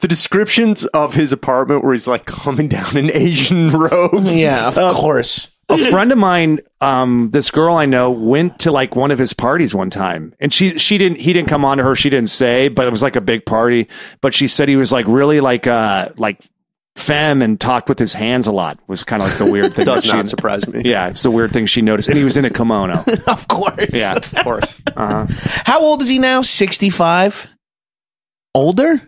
the descriptions of his apartment where he's like coming down in Asian robes. and yeah, stuff. of course. a friend of mine, um, this girl I know went to like one of his parties one time and she, she didn't, he didn't come on to her. She didn't say, but it was like a big party, but she said he was like really like, uh, like femme and talked with his hands a lot was kind of like the weird thing. does that she- not surprise me. Yeah. It's the weird thing she noticed. And he was in a kimono. Of course. Yeah. of course. How old is he now? 65? Older?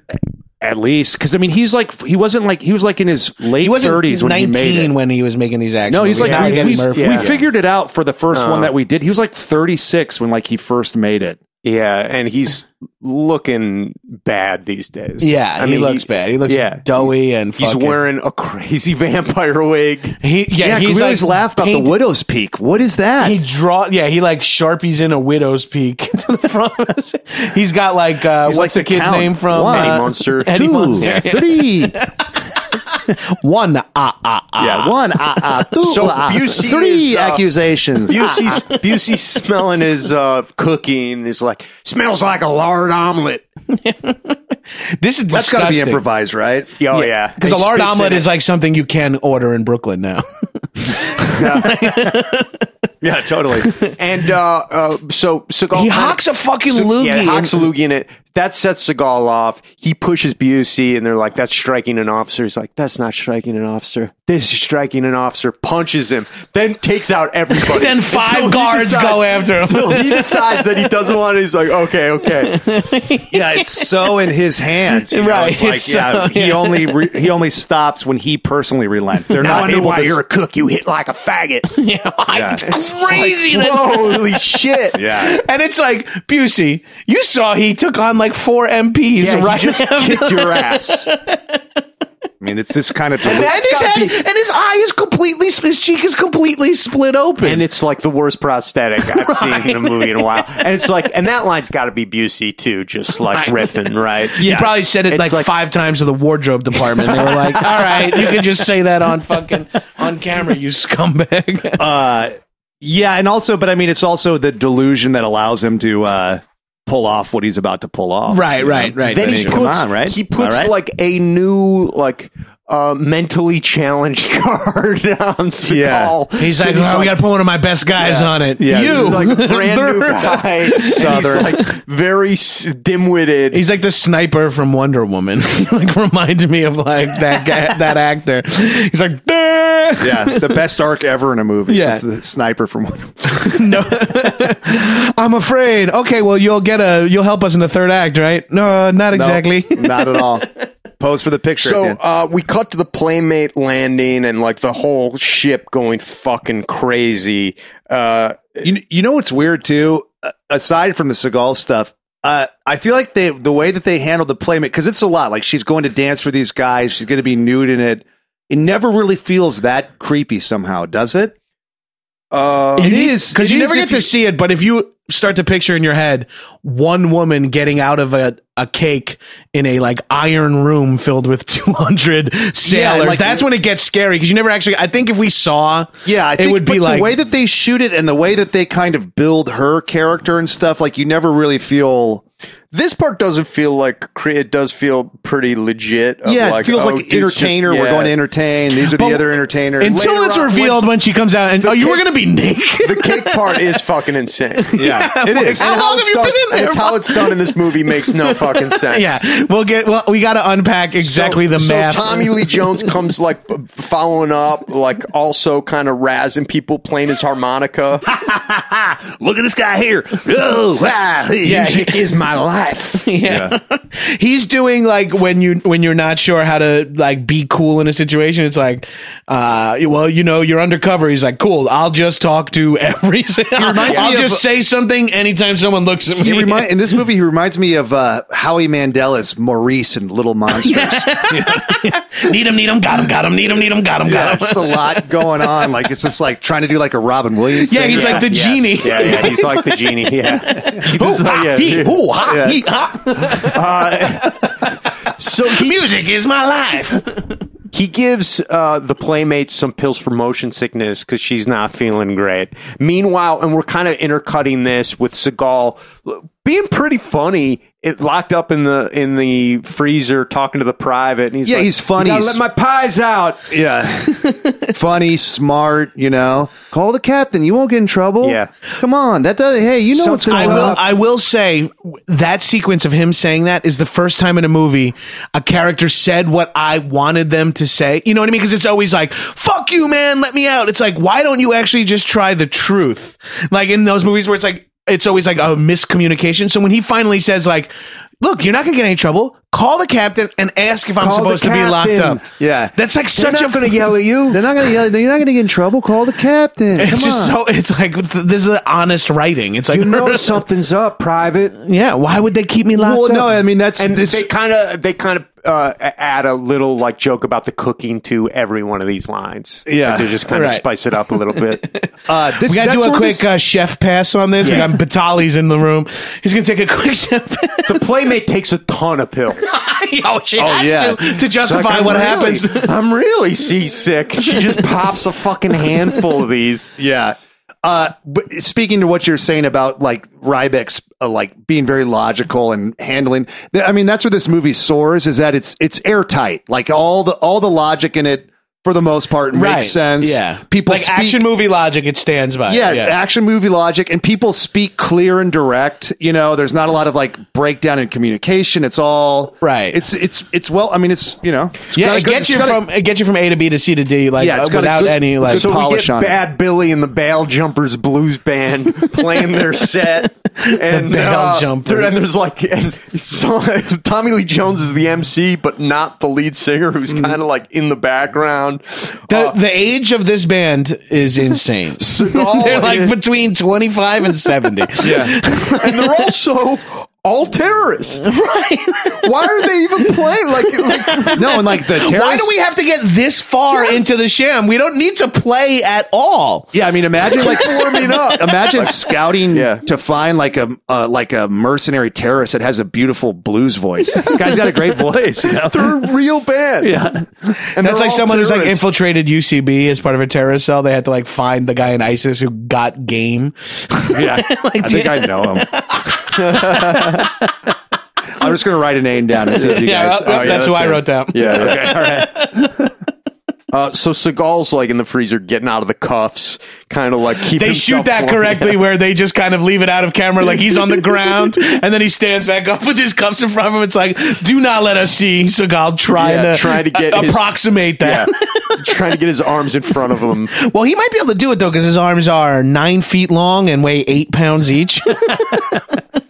At least. Cause I mean, he's like, he wasn't like, he was like in his late He wasn't 30s when he 19 made it. when he was making these actions. No, he's like we, we- we figured it out for the first Uh. one that we did. He was like 36 when like he first made it. Yeah, and he's looking bad these days. Yeah, he looks bad. He looks yeah. doughy and He's fucking- wearing a crazy vampire wig. He, yeah, he's like paint- widow's peak. What is that? He draw. Yeah, he like sharpies in a widow's peak to the front. of his- he's got like uh, He's what's like the the kid's Count. name from One. uh, Eddie Munster. Eddie Two, Munster. three, One ah ah ah. yeah, one, ah, ah, two, So ah, ah, Busey three is, uh, accusations. Busey's, Busey's smelling his uh, cooking is like smells like a lard omelet. This is That's got to be disgusting. improvised, right? Oh yeah, Because a He lard spits in omelet it. is like something you can order in Brooklyn now. yeah, totally. and uh, uh, so Seagal he kind of- hocks a fucking So- loogie. Yeah, and- hocks a loogie in it. That sets Seagal off. He pushes Busey, and they're like, "That's striking an officer." He's like, "That's not striking an officer. This is striking an officer." Punches him, then takes out everybody. Then five Until he guards go after him. Until he decides that he doesn't want. it. He's like, "Okay, okay." Yeah, it's so in his hands, you know? Right, It's like, it's yeah, so- he only re- he only stops when he personally relents. They're Now not able to. cook. You hit like a faggot. Yeah, it's it's crazy. that- Holy shit! yeah, and it's like Busey. You saw he took on like four MPs Yeah, he right just after- kicked your ass. I mean, it's this kind of. delu- and his gotta head, be- and his eye is completely, his cheek is completely split open. and it's like the worst prosthetic I've seen in a movie in a while. And it's like, and that line's got to be Busey too, just like riffing, right? You probably said it It's like, like- five times to the wardrobe department. They were like, "All right, you can just say that on fucking on camera, you scumbag." Uh, yeah, and also, but I mean, it's also the delusion that allows him to uh, pull off what he's about to pull off. right, right, right. Then I he mean, puts, come on, right? he puts All right. like a new like uh, mentally challenged card on Sakal. Yeah. He's like, And oh, we got to put one of my best guys Yeah. on it. Yeah, you. He's like brand new guy, Southern. Southern, he's like very s- dim-witted. He's like the sniper from Wonder Woman. He, like reminds me of like that guy, that actor. He's like, "Duh." Yeah, the best arc ever in a movie. Yeah. is the sniper from no, I'm afraid. Okay, well you'll get a you'll help us in the third act, right? No, not exactly. No, not at all. Pose for the picture. So again. uh, we cut to the playmate landing and like the whole ship going fucking crazy. Uh, You you know what's weird too? Uh, Aside from the Seagal stuff, uh, I feel like they the way that they handle the playmate because it's a lot. Like she's going to dance for these guys. She's going to be nude in it. It never really feels that creepy somehow, does it? uh, It is because it you is never if get to see it. But if you start to picture in your head one woman getting out of a, a cake in a like iron room filled with 200 sailors, like- that's when it gets scary. Because you never actually. I think if we saw, Yeah, I think, it would but be like the way that they shoot it and the way that they kind of build her character and stuff. Like you never really feel. this part doesn't feel like cre- it does feel pretty legit. Of Yeah, like, it feels oh, like dude's just- entertainer. We're yeah. going to entertain. These are But the other entertainers. until Later it's on- revealed when, she comes out. And oh, you were cake- gonna be naked. The cake part is fucking insane. yeah, it is. How And long it's have you done- been in and there, It's how Ron? it's done in this movie makes no fucking sense. yeah, we'll get. Well, we got to unpack exactly the so math. Tommy Lee Jones comes like b- following up, like also kind of razzing people playing his harmonica. Look at this guy here. Oh, wow. Yeah, is my life. Yeah. He's doing like when you when you're not sure how to like be cool in a situation. It's like, uh, well, you know, you're undercover. He's like, cool. I'll just talk to every. I'll, reminds me I'll of- just say something anytime someone looks at me. He remind in this movie he reminds me of uh, Howie Mandela's Maurice and Little Monsters. need him, need him, got him, got him, need him, need him, got him, Yeah, got him. just a lot going on. Like it's just like trying to do like a Robin Williams. Yeah, thing. he's like the genie. Yeah, yeah, he's like the genie. Yeah. Hoo, So, ha, yeah, hee, yeah. hoo, ha, Yeah. hee, ha. So he, Music is my life. he gives uh, the playmate some pills for motion sickness because she's not feeling great. Meanwhile, and we're kind of intercutting this with Seagal being pretty funny. It locked up in the in the freezer, talking to the private, and he's Yeah, like, he's funny. "You gotta let my pies out. yeah, funny, smart. You know, call the captain. You won't get in trouble. Yeah. come on. That does. Hey, you know what's I going will. on. I will say that sequence of him saying that is the first time in a movie a character said what I wanted them to say. You know what I mean? Because it's always like "fuck you, man, let me out." It's like why don't you actually just try the truth? Like in those movies where it's like it's always like a miscommunication. So when he finally says like. Look, you're not gonna get in any trouble. Call the captain and ask if I'm Call the supposed to be locked captain. up. Yeah. that's like They're such not a gonna yell at you. They're not gonna yell. You're not gonna get in trouble. Call the captain. It's Come just on. so. It's like th- this is honest writing. It's like something's up, private. yeah. Why would they keep me locked well, up? no, I mean that's And this. they kind of they kind of uh, add a little like joke about the cooking to every one of these lines. Yeah. Like, they just kind of Right. spice it up a little bit. uh, this We gotta that's do a where quick this- uh, chef pass on this. Yeah. We got Batali's in the room. He's gonna take a quick chef. pass. the playmate takes a ton of pills. oh, she has yeah. to to justify what happens. I'm really seasick. She just pops a fucking handful of these. Yeah. Uh, but speaking to what you're saying about like Ryback's uh, like being very logical and handling, th- I mean that's where this movie soars is that it's it's airtight. Like all the all the logic in it for the most part makes sense. Yeah, people like speak, action movie logic. It stands by. yeah, action movie logic, and people speak clear and direct. You know, there's not a lot of like breakdown in communication. It's all Right. It's it's it's well. I mean, it's you know, it's Yeah, got a it good- gets it's you got a- from it gets you from A to B to C to D like Yeah, it's uh, got a without good- any like good So we polish get on it. Bad Billy and the Bale Jumpers Blues Band playing their set, and Bale uh, Jumpers. there- and there's like, and so Tommy Lee Jones is the MC, but not the lead singer, who's kind of like in the background. the, Uh, the age of this band is insane. Seagal They're like is- between twenty five and seventy. yeah, and they're also all terrorists. Why are they even playing? Like, like no, and like the Why do terrorists- we have to get this far into the sham? We don't need to play at all. Yeah, I mean, imagine like Warming up. Imagine scouting Yeah. to find like a uh, like a mercenary terrorist that has a beautiful blues voice. Guy's got a great voice. you know? they're a real band. Yeah, and That's they're like all someone who's like terrorists. infiltrated UCB as part of a terrorist cell. They had to like find the guy in ISIS who got game. Yeah, I think I know him. I'm just gonna write a name down and see if you Yeah, guys. uh, oh, Oh, that- that's who I wrote down. Yeah, yeah. Okay, all right. Uh, so Seagal's like in the freezer, getting out of the cuffs, kind of like keep. They himself shoot that warm. correctly where they just kind of leave it out of camera, like he's on the ground, and then he stands back up with his cuffs in front of him. It's like, do not let us see Seagal trying Yeah, to trying to get his- approximate Yeah, that. uh, trying to get his arms in front of him. Well, he might be able to do it though, because his arms are nine feet long and weigh eight pounds each.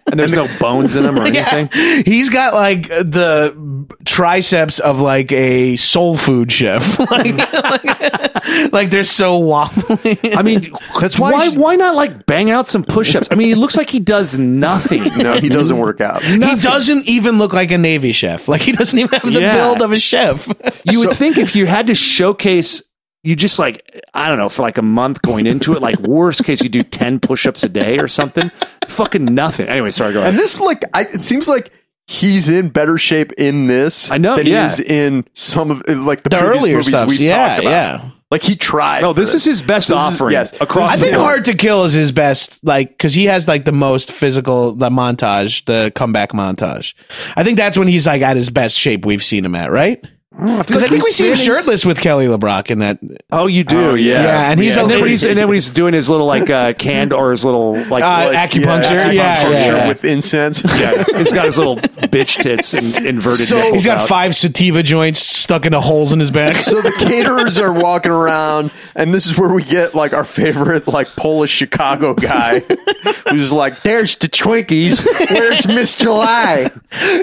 and there's no bones in them or anything. He's got like the triceps of like a soul food chef. like, like, like they're so wobbly. I mean, that's why why. Why, she- not like bang out some push-ups? I mean, he looks like he does nothing. No, he doesn't work out. He doesn't even look like a Navy chef. Like he doesn't even have the Yeah. build of a chef. You would think if you had to showcase, you just like I don't know for like a month going into it, like worst case you do ten push-ups a day or something. Fucking nothing. Anyway, sorry. Go ahead. And this, like, I, it seems like he's in better shape in this. I know, than yeah. he is in some of like the, The previous earlier movies stuff. We've Yeah, talked about. yeah. Like he tried. No, this is his best This is- offering. yes. across. I This is- the think board. Hard to Kill is his best, like, because he has like the most physical, the montage, the comeback montage. I think that's when he's like at his best shape we've seen him at, right? Because I think we see him shirtless with Kelly LeBrock in that. Oh, you do. Oh, yeah. yeah. Yeah, and he's and a then, when he's he's, and then when he's doing his little like uh, canned or his little like, Uh, like- acupuncture. Yeah, yeah, yeah. with incense. yeah, he's got his little bitch tits and inverted. So nipples he's got out. five sativa joints stuck into holes in his back. So the caterers are walking around, and this is where we get like our favorite like Polish Chicago guy, who's like, "There's the Twinkies, where's Miss July?"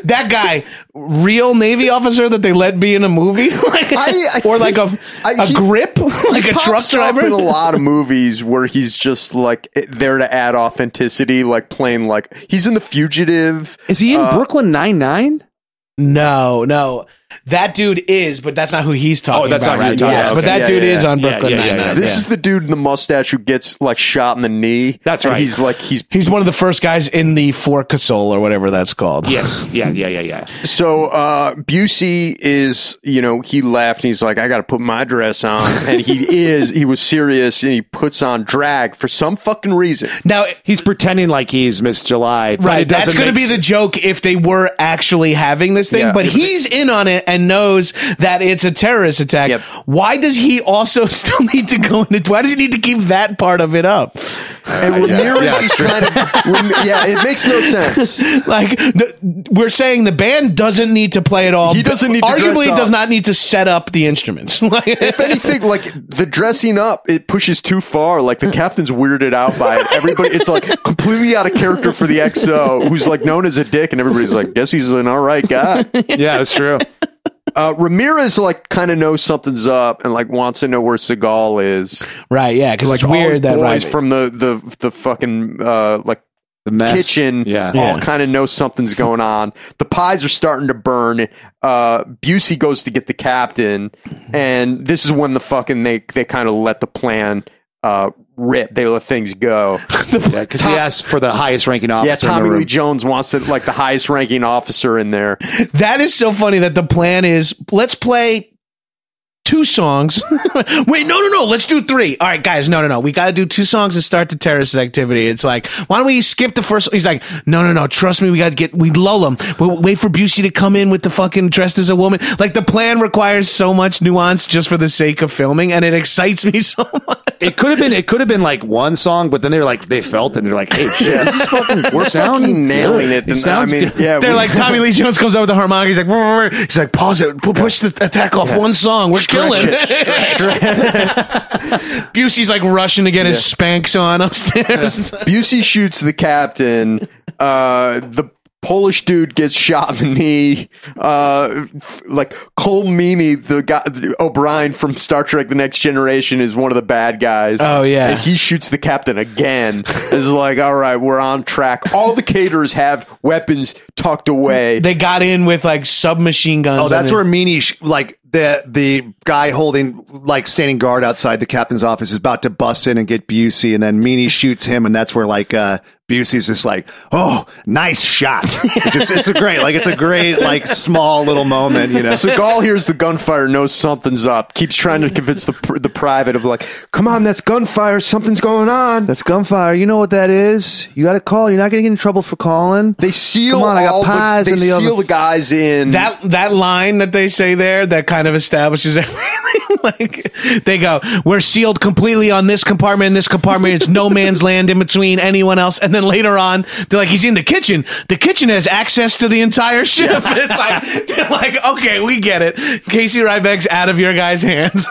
that guy, real Navy officer that they let be in a movie, Like- I- I or like a think- I- a he- grip, like a truck Pops up driver. in a lot of movies where he's just like eh, there to add authenticity, like playing like he's in The Fugitive. Is he in uh, Brooklyn Nine Nine? No, no. That dude is, but Oh, that's not who he's talking that's about. not who right you're talking now. Yes, about. But Okay. that Yeah, dude yeah, is on yeah. Yeah, Brooklyn yeah, yeah, Nine yeah. Nine. This is the dude in the mustache who gets like shot in the knee. That's And right. He's like he's He's one of the first guys in the Forcasol or whatever that's called. Yes. Yeah. Yeah. Yeah. Yeah. So uh, Busey is, you know, he left and he's like, I got to put my dress on. And he is, he was serious and he puts on drag for some fucking reason. Now, He's pretending like he's Miss July. But right, It that's doesn't going to make be the joke if they were actually having this thing, Yeah. but he's in on it and knows that it's a terrorist attack. Yep. Why does he also still need to go into why does he need to keep that part of it up? And Ramirez is kind of, Ram- yeah, it makes no sense. Like the, we're saying the band doesn't need to play at all. He doesn't need to dress arguably up. does not need to set up the instruments. Like- If anything, like the dressing up, it pushes too far. Like Uh. the captain's weirded out by it. Everybody, it's like completely out of character for the XO, who's like known as a dick, and everybody's like, guess he's an all right guy. the. Yeah, that's true. Uh, Ramirez like kind of knows something's up and like wants to know where Seagal is. Right, yeah, because it's All his weird that boys right, from the the the fucking uh, like The mess. kitchen Yeah. all Yeah. kind of know something's going on. The pies are starting to burn. Uh, Busey goes to get the captain, and this is when the fucking they they kind of let the plan uh, rip. They let things go. Yeah. Because he asked for the highest ranking officer. yeah, in Tommy the room. Lee Jones wants to like the highest ranking officer in there. that is so funny that the plan is let's play two songs. Wait, no, no, no, let's do three. All right, guys, no, no, no, we got to do two songs and start the terrorist activity. It's like, why don't we skip the first? He's like, no, no, no, trust me, we got to get we lull him. We wait for Busey to come in with the fucking dressed as a woman. Like the plan requires so much nuance just for the sake of filming, and it excites me so much. It could have been. It could have been like one song, but then they're like they felt it and they're like, hey, shit, this is fucking. We're Fucking sounding nailing good. it. And I sounds mean, good. yeah, They're we- like Tommy Lee Jones comes out with the harmonica. He's like, "Brr, brr, brr." he's like, pause it, pu- push the attack off one song. We're killing. Busey's like rushing to get his spanks on upstairs. Busey shoots the captain. Uh, the Polish dude gets shot in the knee. Uh, f- like Cole Meany, the guy O'Brien from Star Trek: The Next Generation, is one of the bad guys. Oh, yeah. and he shoots the captain again. It's like, all right, we're on track. All the caterers have weapons tucked away. they got in with like submachine guns. Oh, that's on where it. Meanie, sh- like the the guy holding, like standing guard outside the captain's office, is about to bust in and get Busey, and then Meanie shoots him, and that's where like uh, Busey's just like, "Oh, nice shot!" It just, it's a great, like it's a great, like small little moment, you know. Seagal hears the gunfire, knows something's up. Keeps trying to convince the pr- the private of like, "Come on, that's gunfire. Something's going on." That's gunfire. You know what that is. You got to call. You're not going to get in trouble for calling. They seal Come on, I got all pies the, in they the seal oven. the guys in. that that line that they say there that kind of establishes everything. like they go, we're sealed completely on this compartment and this compartment. It's no man's land in between anyone else. And then later on, they're like, he's in the kitchen. The kitchen has access to the entire ship. It's like they're like, okay, we get it. Casey Ryback's out of your guys' hands.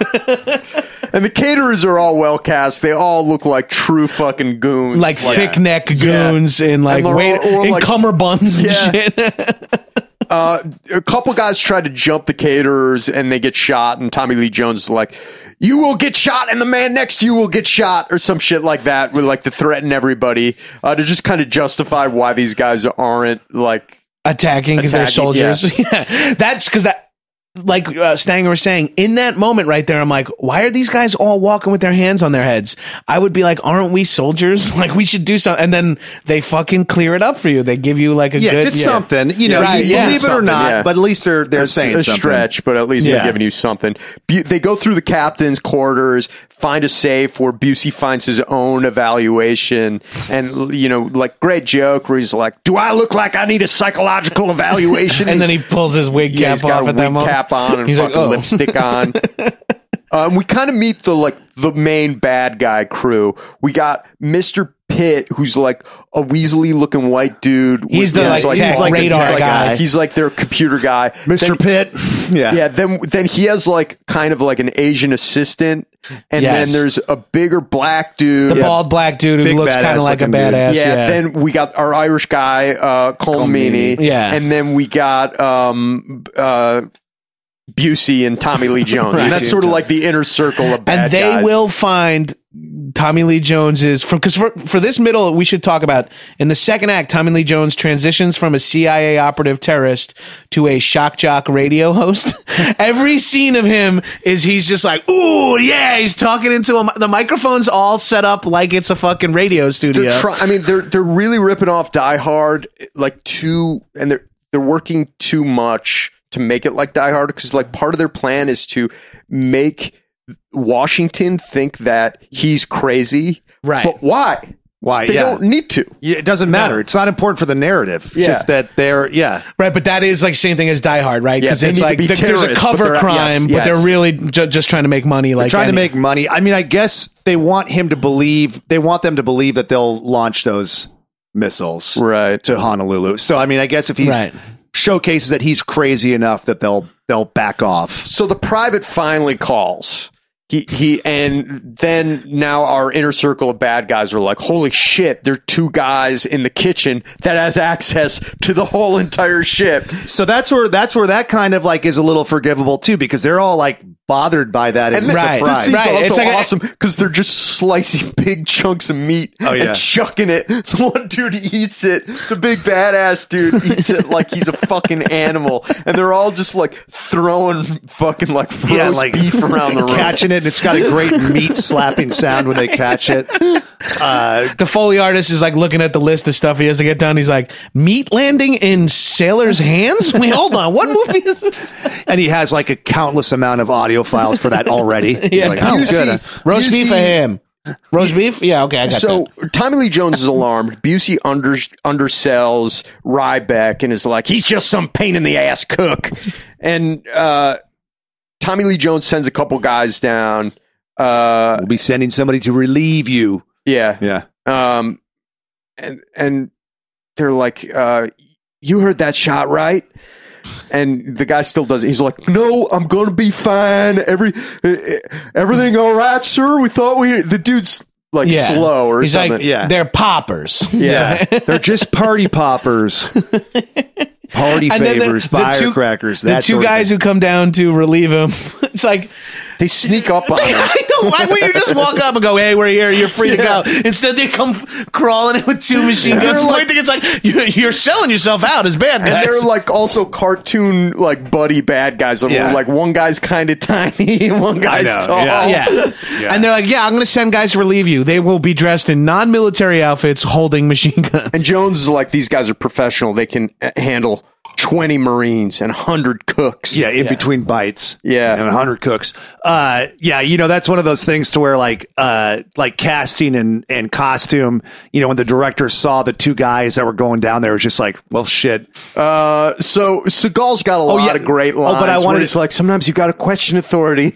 And the caterers are all well cast. They all look like true fucking goons. like thick neck goons and like And wait Laurel- or and like- cummerbunds and Yeah. shit. a couple guys try to jump the caterers and they get shot and tommy lee jones is like you will get shot and the man next to you will get shot or some shit like that with like to threaten everybody uh, to just kind of justify why these guys aren't like attacking because they're Attacking, yeah. soldiers. Yeah. That's because that, like uh, Stanger was saying, in that moment right there, I'm like, why are these guys all walking with their hands on their heads? I would be like, aren't we soldiers? Like, we should do something. And then they fucking clear it up for you. They give you like a Yeah, good just something. You know, Right, you yeah. believe it or Something, not, yeah. but at least they're they're a, saying a something. stretch but at least Yeah. they're giving you something Bu- they go through the captain's quarters find a safe where busey finds his own evaluation and you know like great joke where he's like do i look like i need a psychological evaluation And then he pulls his wig Yeah, cap he's got off a at that wig moment. cap on and He's like, fucking oh. lipstick on. um, we kind of meet the like the main bad guy crew. We got Mister Pitt, who's like a Weasley looking white dude. with- He's the, yeah, like, tech the radar tech guy. He's like their computer guy, Then- Mr. Pitt. Yeah. yeah, then then he has like kind of like an Asian assistant, and Yes. then there's a bigger black dude. The bald black dude who Big looks kind badass of like a looking dude. badass. yeah, Yeah. then we got our Irish guy, uh, Colmini. Meaney. Yeah. And then we got um, uh, Busey and Tommy Lee Jones. Right. And that's sort of like the inner circle of bad and they guys. will find Tommy Lee Jones's from because for, for this middle we should talk about in the second act Tommy Lee Jones transitions from a CIA operative terrorist to a shock jock radio host. Every scene of him is he's just like ooh yeah he's talking into a, mi- the microphone's all set up like it's a fucking radio studio. They're try- I mean, they're they're really ripping off Die Hard, like too, and they're they're working too much to make it like Die Hard because like part of their plan is to make Washington think that he's crazy, Right. But why? Why? They yeah. don't need to. Yeah, it doesn't matter. It's not important for the narrative. It's Yeah. just that they're yeah. Right, but that is like same thing as Die Hard, right? Yeah, Because they it's need to like be the, there's a terrorists, but cover they're- crime, yes, but they're yes. really ju- just trying to make money. Like Trying to any- make money. I mean, I guess they want him to believe they want them to believe that they'll launch those missiles Right. to Honolulu. So I mean, I guess if he's Right. showcases that he's crazy enough that they'll they'll back off. So the private finally calls. He, he and then now our inner circle of bad guys are like, holy shit! There are two guys in the kitchen that has access to the whole entire ship. So that's where that's where that kind of like is a little forgivable too because they're all like bothered by that and, And this, Right. this is surprised. Right. also It's like a- awesome because they're just slicing big chunks of meat Oh, yeah. and chucking it. The one dude eats it. The big badass dude eats it like he's a fucking animal. And they're all just like throwing fucking like roast Yeah, like beef around the room. catching it. and It's got a great meat slapping sound when they catch it. Uh, the foley artist is like looking at the list of stuff he has to get done. He's like, meat landing in sailors' hands. Wait, hold on, what movie is this? and he has like a countless amount of audio files for that already. He's like, You oh, see- good. Roast you beef see- for him. Roast beef? Yeah, okay, I got So Tommy Lee Jones is alarmed. Busey under, undersells Ryback and is like, he's just some pain in the ass cook. And uh, Tommy Lee Jones sends a couple guys down. Uh, We'll be sending somebody to relieve you. yeah. Yeah. Um, and and they're like, uh, you heard that shot, right? And the guy still does it. He's like, "No, I'm gonna be fine. Every eh, eh, everything all right, sir. We thought we the dude's like that. Yeah. slow or He's something. like, Yeah. they're poppers. Yeah. They're just party poppers. Party And then the- favors, the two- firecrackers. The that two sort of guys thing. who come down to relieve him, it's like, They sneak up on I him. know. Why would you just walk up and go, "Hey, we're here. You're free to go"? Instead, they come crawling in with two machine guns, They're like- pointing. It's like you- you're selling yourself out as bad And guys. they're like also cartoon like buddy bad guys. Like, Yeah. Like one guy's kind of tiny and one guy's know, tall. yeah. Yeah. And they're like, yeah, I'm going to send guys to relieve you. They will be dressed in non military outfits holding machine guns. And Jones is like, these guys are professional. They can uh, handle 20 Marines and 100 cooks. Yeah, in between bites. Yeah. and hundred cooks. Uh, yeah, you know that's one of those things to where like uh, like casting and and costume. You know, when the director saw the two guys that were going down there, it was just like, well, shit. Uh, so Seagal's got a lot yeah. of great Oh, but lines. I where wanted he's to- like, sometimes you got to question authority.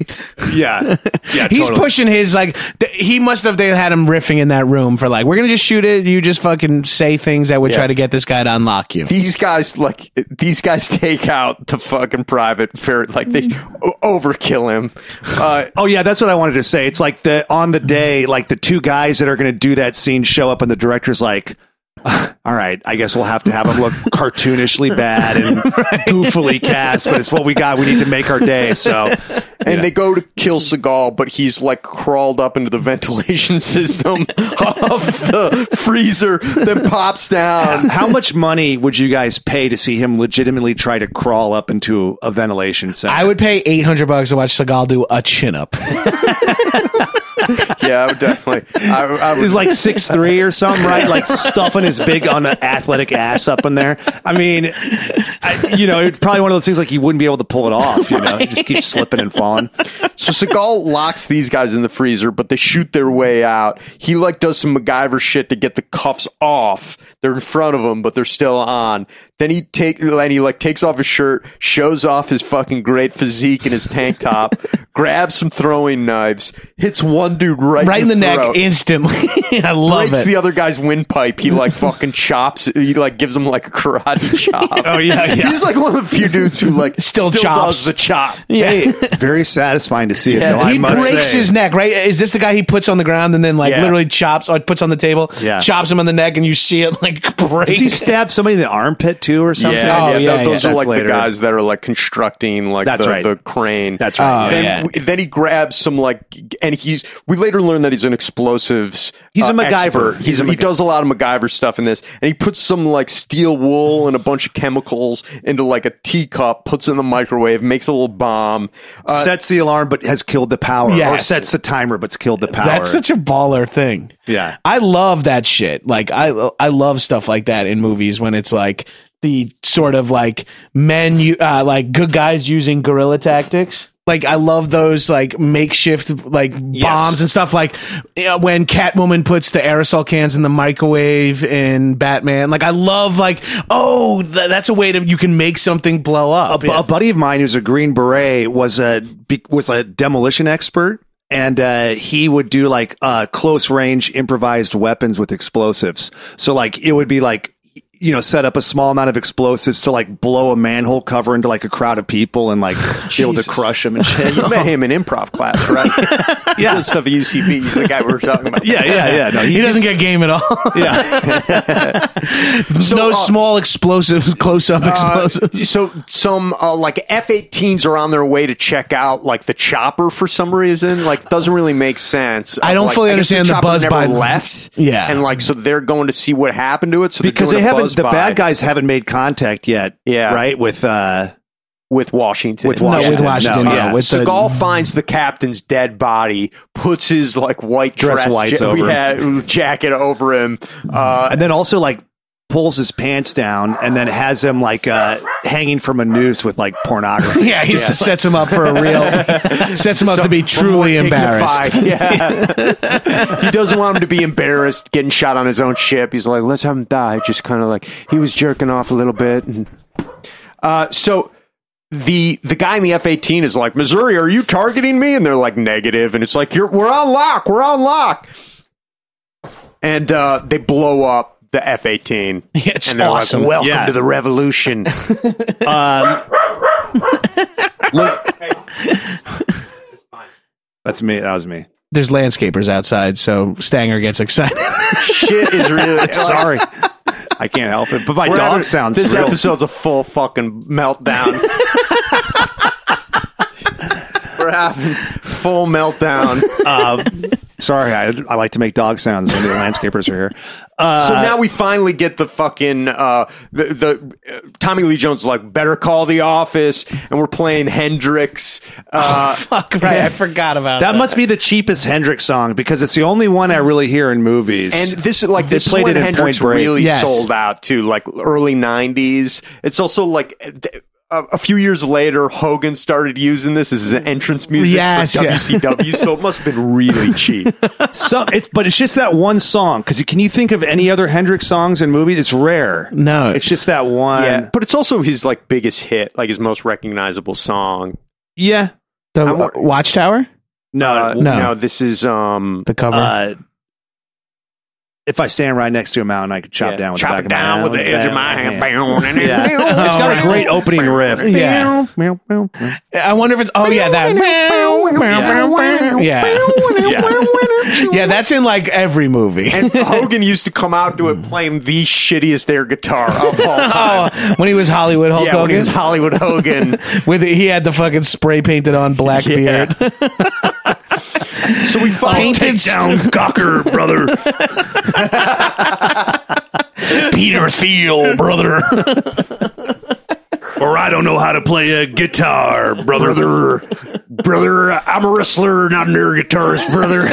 Yeah, yeah. He's totally. pushing his like. Th- he must have. They had him riffing in that room for like, we're gonna just shoot it. You just fucking say things that would Yeah. try to get this guy to unlock you. these guys like these guys take out the fucking private fair like they o- overkill him uh Oh yeah, that's what I wanted to say. It's like the on the day, like the two guys that are going to do that scene show up, and the director's like, "All right, I guess we'll have to have him look cartoonishly bad and goofily cast, but it's what we got. We need to make our day." So and they go to kill Seagal, but he's like crawled up into the ventilation system of the freezer that pops down. How much money would you guys pay to see him legitimately try to crawl up into a ventilation center? I would pay eight hundred bucks to watch Seagal do a chin up. Yeah, I would definitely. I, I would, He's like six three or something, right? Like stuffing his big on athletic ass up in there. I mean, I, you know, it's probably one of those things like you wouldn't be able to pull it off. You know, you just keep slipping and falling. so Seagal locks these guys in the freezer, but they shoot their way out. He like does some MacGyver shit to get the cuffs off. They're in front of him, but they're still on. Then he take and he like takes off his shirt, shows off his fucking great physique and his tank top, grabs some throwing knives, hits one dude right, right in the neck throat. instantly. I love breaks it. the other guy's windpipe. He like fucking chops. He like gives him like a karate chop. oh yeah, yeah. He's like one of the few dudes who like Still still, chops. does the chop. yeah. Very satisfying to see it. though, I he must breaks say. his neck, right? Is this the guy he puts on the ground and then like Yeah. literally chops or puts on the table, Yeah. chops him on the neck, and you see it like break? Does he stab somebody in the armpit too, or something? Oh, Yeah, yeah, th- those yeah. are That's like later. the guys that are like constructing like That's the, right. the crane. That's right. Oh, yeah. Then, yeah. w- then he grabs some like, g- and he's. We later learn that he's an explosives. uh, He's a MacGyver. expert. He's, He's a he MacGy- does a lot of MacGyver stuff in this, and he puts some like steel wool and a bunch of chemicals into like a teacup, puts it in the microwave, makes a little bomb. Uh, sets the alarm, but has killed the power, or Yes. sets the timer, but's killed the power. That's such a baller thing. Yeah. I love that shit. Like I I love stuff like that in movies when it's like the sort of like men you uh, like good guys using guerrilla tactics. Like I love those like makeshift like bombs and stuff like you know, when Catwoman puts the aerosol cans in the microwave in Batman. Like I love like oh th- that's a way to you can make something blow up. a, bu- a buddy of mine who's a Green Beret was a be- was a demolition expert, and uh, he would do like uh, close range improvised weapons with explosives. So like it would be like you know set up a small amount of explosives to like blow a manhole cover into like a crowd of people and like be able to crush them and shit. you met him in improv class, right? yeah, does stuff at UCB. He's the guy we were talking about. yeah, yeah, yeah. No, he, doesn't get game at all. Yeah, no small explosives, close Uh, up explosives. so some uh, like F-18s are on their way to check out like the chopper for some reason. Like doesn't really make sense. I don't Like, fully guess understand the chopper buzz never by- left. Yeah. and like so they're going to see what happened to it. So they're because doing they a haven't. buzz The by bad guys haven't made contact yet. Yeah. right with uh, with Washington. uh, with No, Washington. with Washington, No, yeah. yeah. with the- Seagal finds the captain's dead body, puts his like white Dress dress, whites over him. yeah, jacket over him. Uh, and then also like pulls his pants down and then has him like uh hanging from a noose with like pornography. Yeah, he sets him up for a real. sets him up to be truly more embarrassed. dignified. Yeah. he doesn't want him to be embarrassed getting shot on his own ship. He's like, let's have him die. Just kind of like he was jerking off a little bit. And, uh, so the the guy in the F eighteen is like, Missouri, are you targeting me? And they're like, negative. And it's like, you're we're on lock. We're on lock. And uh, they blow up the F eighteen. It's And they're awesome. like, welcome Yeah. to the revolution. That's me. That was me. There's landscapers outside, so Stanger gets excited. Shit is really Sorry. I can't help it. But my We're dog having- sounds This real. episode's a full fucking meltdown. We're having full meltdown. Um, Sorry, I, I like to make dog sounds when the landscapers are here. Uh, So now we finally get the fucking uh, the, the uh, Tommy Lee Jones is like better call the office, and we're playing Hendrix. Uh, Fuck right, I forgot about that. that must be the cheapest Hendrix song because it's the only one I really hear in movies. and this is like this is played when it in Hendrix Point Break. really Yes. sold out to like early '90s. It's also like. eh, th- A a few years later, Hogan started using this as an entrance music Yes, for yeah. WCW, so it must have been really cheap. Some, it's but it's just that one song. Because can you think of any other Hendrix songs and movies? It's rare. No. it's just that one. yeah, but it's also his like biggest hit, like his most recognizable song. Yeah. the I'm- uh, Watchtower, No, Uh, no. no. this is um, the cover. Uh, if I stand right next to a mountain, I could chop yeah, down with chop the back it down of my Oh. with the edge of my hand. Yeah. It's got a great opening riff. yeah. I wonder if it's. Oh yeah, that. Yeah. yeah, yeah. That's in like every movie. and Hogan used to come out to it playing the shittiest air guitar of all time. oh, when he was Hollywood Hulk yeah, Hogan, when he was Hollywood Hogan. with the, he had the fucking spray painted on black Yeah. beard. so we followed Painted it down. Cocker, brother. Peter Thiel, brother. or I don't know how to play a guitar, brother. brother. Brother, I'm a wrestler, not an air guitarist, brother.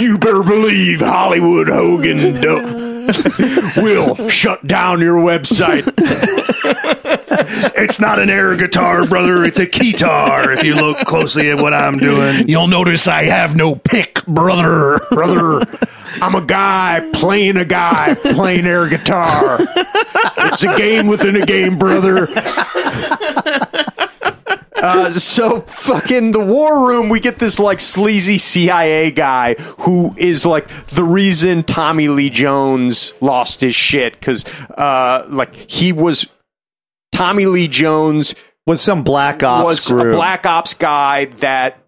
you better believe Hollywood Hogan will shut down your website. It's not an air guitar, brother. It's a guitar. If you look closely at what I'm doing, You'll notice I have no Oh, pick, brother. brother. I'm a guy playing a guy playing air guitar. It's a game within a game, brother. Uh, so fucking the war room, we get this like sleazy CIA guy who is like the reason Tommy Lee Jones lost his shit because uh, like he was Tommy Lee Jones was some black ops was group. a black ops guy that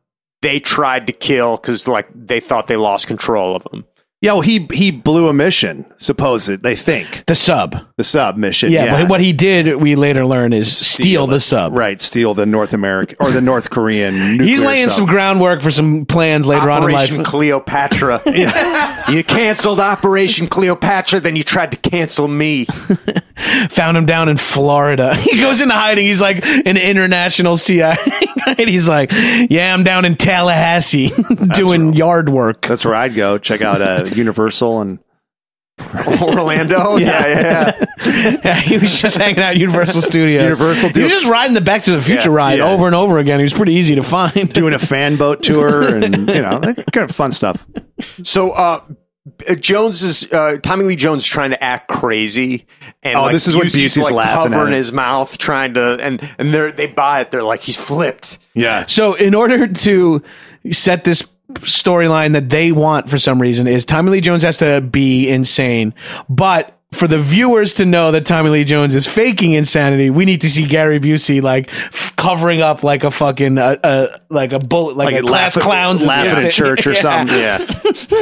they tried to kill because like they thought they lost control of him. Yeah, well, he he blew a mission. Suppose it. They think The sub. the sub mission. Yeah, but what he did, we later learn, is steal, the sub. right? Steal the North American or the North Korean. Nuclear He's laying some sub. groundwork for some plans later on Operation in life. Cleopatra. you canceled Operation Cleopatra, then you tried to cancel me. Found him down in Florida. He goes into hiding. He's like an international CIA. guy. And he's like, yeah, I'm down in Tallahassee doing yard work. That's where I'd go. Check out uh, Universal and Orlando? yeah, yeah. yeah. Yeah, he was just hanging out at Universal Studios. Universal He was deals. just riding the Back to the Future Yeah, ride yeah. over and over again. He was pretty easy to find. doing a fan boat tour and you know that kind of fun stuff. So, uh, uh, Jones is uh, Tommy Lee Jones is trying to act crazy, and Oh, like, this is when Busey's, Busey's like, laughing at covering it. his mouth, trying to, and and they they buy it. They're like, he's flipped. Yeah, So, in order to set this storyline that they want for some reason, is Tommy Lee Jones has to be insane. But for the viewers to know that Tommy Lee Jones is faking insanity, we need to see Gary Busey like f- covering up like a fucking uh, uh, like a bullet, like, Like a laugh class at- clown's laugh at a assistant. church or something. Yeah,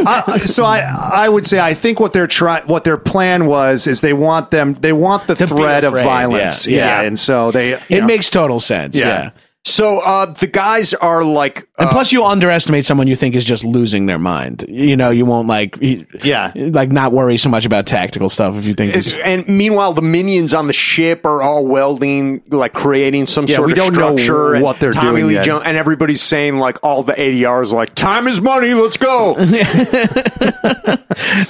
I, so I I would say I think what they're trying what their plan was is they want them they want the threat of afraid, violence yeah. yeah, Yeah. and so they It you know, makes total sense. Yeah. Yeah. So uh, the guys are like, And uh, plus, you underestimate someone you think is just losing their mind. You know, you won't like, y- Yeah. like not worry so much about tactical stuff if you think. it's- and meanwhile the minions on the ship are all welding, like creating some Yeah, sort we of don't know structure. and what they're Tommy doing Lee yet. Jones, and everybody's saying like all the ADRs like, time is money, let's go.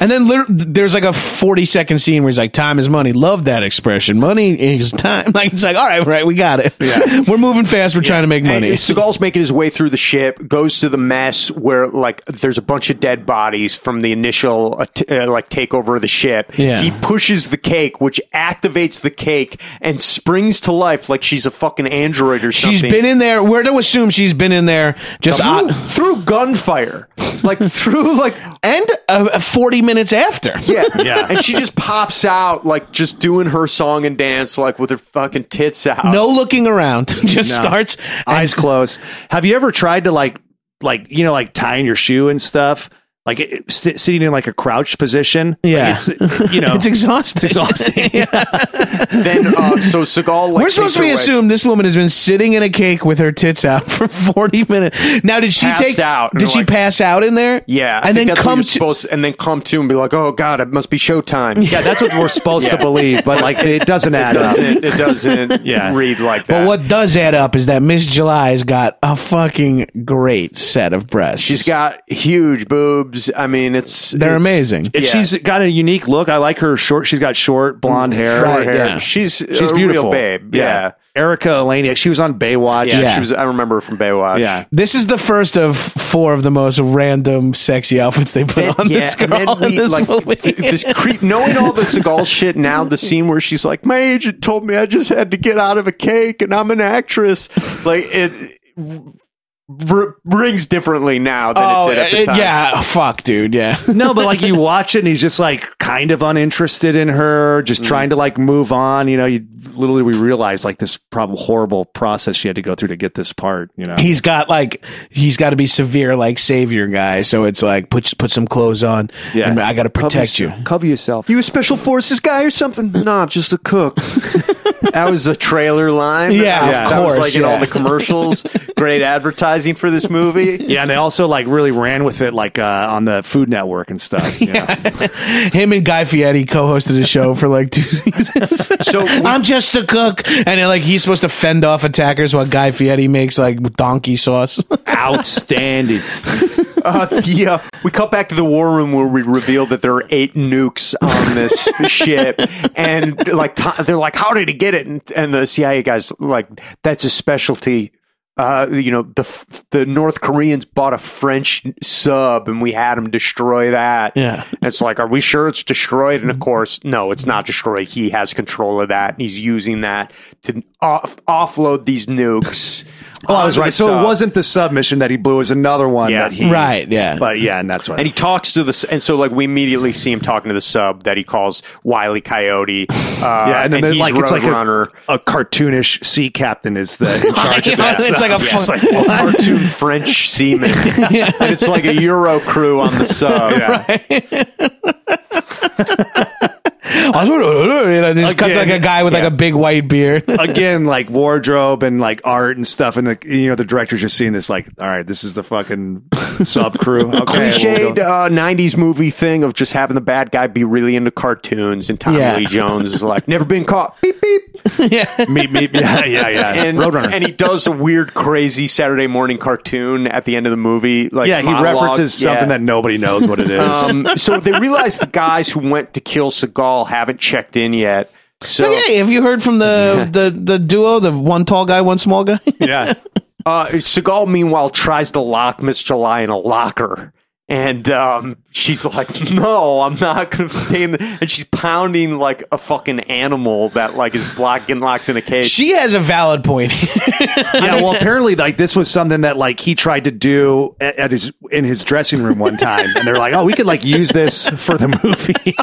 And then liter- there's like a 40 second scene where he's like, "Time is money." Love that expression. Money is time. Like it's like, all right, right, we got it. We're moving fast. We're trying to make money. And Seagal's making his way through the ship, goes to the mess where like there's a bunch of dead bodies from the initial uh, t- uh, like takeover of the ship. Yeah. He pushes the cake, which activates the cake and springs to life like she's a fucking android or something. She's been in there. We're to assume she's been in there just through, uh, through gunfire, like through like and uh, 40 minutes after. yeah, yeah, and she just pops out like just doing her song and dance like with her fucking tits out. No looking around. Just No. starts. eyes closed. Have you ever tried to like like you know like tying your shoe and stuff? like it, it- sit, sitting in like a crouched position. Like, Yeah. it's you know, It's exhausting. exhausting. Then uh, so Seagal. Like, We're supposed to takes be her away. assumed this woman has been sitting in a cake with her tits out for 40 minutes. Now, did she Passed take out, and Did she like- pass out in there? Yeah, I and think then that's what come you're to. supposed to, and then come to and be like, oh god, it must be showtime. yeah, that's what we're supposed to believe, but like it doesn't it add up. doesn't. It doesn't Yeah. read like but that. what does add up is that Miss July's got a fucking great set of breasts. She's got huge boobs. I mean, it's They're it's- amazing. And Yeah. She's got a unique look. I like her short. She's got short blonde hair. Right, Her hair. yeah. She's She's a beautiful, real babe. Yeah, Erica Elenia. She was on Baywatch. yeah. Yeah. She was. I remember her from Baywatch. Yeah. This is the first of four of the most random sexy outfits they put on this and girl. then in we, this like, movie. th- this creep, knowing all the Seagal shit now, the scene where she's like, "My agent told me I just had to get out of a cake, and I'm an actress." Like it r- rings differently now than oh, it did at the it- time. yeah. Fuck, dude. Yeah. No, but like you watch it and he's just like kind of uninterested in her, just trying to like move on. You know, you literally we realize like this prob- horrible process she had to go through to get this part, you know. he's got like he's got to be severe like savior guy so it's like put put some clothes on Yeah. and i got to protect you Cover yourself. You a special forces guy or something? No, I'm just a cook. that was a trailer line. Yeah, That- of that was, course, like in yeah. all the commercials, great advertising for this movie. yeah, and they also like really ran with it like uh, on the Food Network and stuff. You know? him and guy fieri co-hosted a show for like two seasons So we- i'm just a cook and like he's supposed to fend off attackers while guy fieri makes like donkey sauce Outstanding. uh, the, uh, we cut back to the war room where we reveal that there are eight nukes on this ship, and like to- they're like, "How did he get it?" And, and the CIA guys like, "That's a specialty." Uh, you know the f- the North Koreans bought a French sub, and we had them destroy that. Yeah. it's like, are we sure it's destroyed? And of course, no, it's not destroyed. He has control of that, and he's using that to off- offload these nukes. Oh, I was right. So it wasn't. wasn't the submission that he blew; it was another one Yeah. that he Right, yeah. But yeah, and that's why. And he talks to the s- and so like we immediately see him talking to the sub that he calls Wiley Coyote. Uh, yeah, and then he's they- like it's like a, Roadrunner. a cartoonish sea captain is the in charge of know, that. it's sub. Yes. like a fun- Like, a cartoon French seaman. And it's like a Euro crew on the sub. I don't know, you know, they just cuts Again, like a guy with like a big white beard again like wardrobe and like art and stuff and the you know the director's just seeing this like all right this is the fucking sub crew okay we'll Cliched go. uh, '90s movie thing of just having the bad guy be really into cartoons, and Tommy Yeah. Lee Jones is like, "Never been caught." Beep beep. meet me yeah yeah yeah and Roadrunner and he does a weird, crazy Saturday morning cartoon at the end of the movie. Like, yeah he monologue. references something Yeah. that nobody knows what it is Um, so they realize the guys who went to kill Seagal haven't checked in yet. So, hey have you heard from the, the the duo the one tall guy one small guy yeah uh, Seagal, meanwhile, tries to lock Miss July in a locker. And um, she's like, no, I'm not going to stay in the. And she's pounding like a fucking animal that like is blocked and locked in a cage. she has a valid point yeah well apparently like this was something that like he tried to do at, at his in his dressing room one time and they're like oh we could like use this for the movie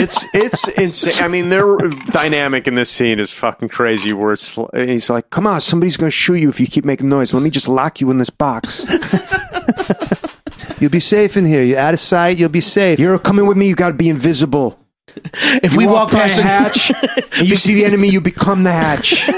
it's it's insane. I mean, their dynamic in this scene is fucking crazy. Where it's he's like, "Come on, somebody's gonna shoot you if you keep making noise. Let me just lock you in this box. you'll be safe in here you're out of sight you'll be safe You're coming with me. You got to be invisible. if we walk past the a hatch and you see the enemy, you become the hatch.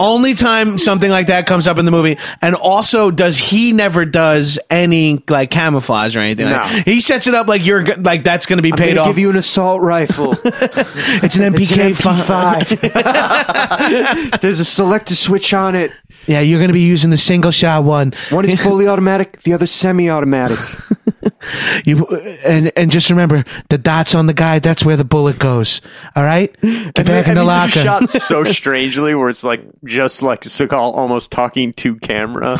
only time something like that comes up in the movie and also does he never does any like camouflage or anything like- No. he sets it up like you're go- like that's gonna be paid off you an assault rifle. it's an MP5. There's a selector switch on it. yeah you're gonna be using the single shot one One is fully automatic, the other semi-automatic. you and and just remember the dots on the guy that's where the bullet goes all right get back in the locker shot so strangely, where it's like just like Seagal almost talking to camera.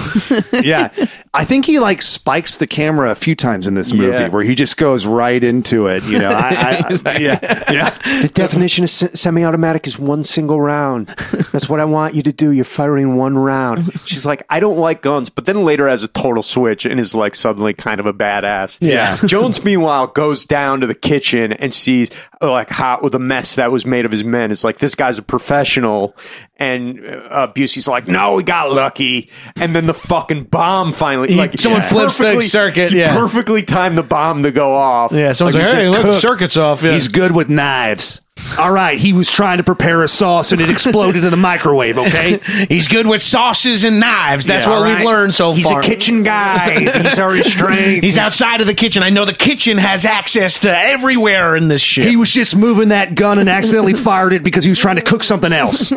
yeah. I think he like spikes the camera a few times in this movie Yeah. where he just goes right into it. You know, I, I, yeah, yeah. The definition of se- semi-automatic is one single round. That's what I want you to do. You're firing one round. She's like, I don't like guns, but then later has a total switch and is like suddenly kind of a badass. ridiculous. Yeah. Jones, meanwhile, goes down to the kitchen and sees uh, like how with the mess that was made of his men. It's like this guy's a professional, and uh, Busey's like, "No, we got lucky." And then the fucking bomb finally, He- like someone flips the perfectly- circuit, he yeah. perfectly timed the bomb to go off. Yeah, someone's like, he's hey, a look, cook." circuit's off. Yeah. He's good with knives. All right, he was trying to prepare a sauce and it exploded in the microwave, okay? He's good with sauces and knives. That's Yeah, what all we've right. learned so He's far. a kitchen guy. He's already strength. He's outside of the kitchen. I know the kitchen has access to everywhere in this shit. He was just moving that gun and accidentally fired it because he was trying to cook something else.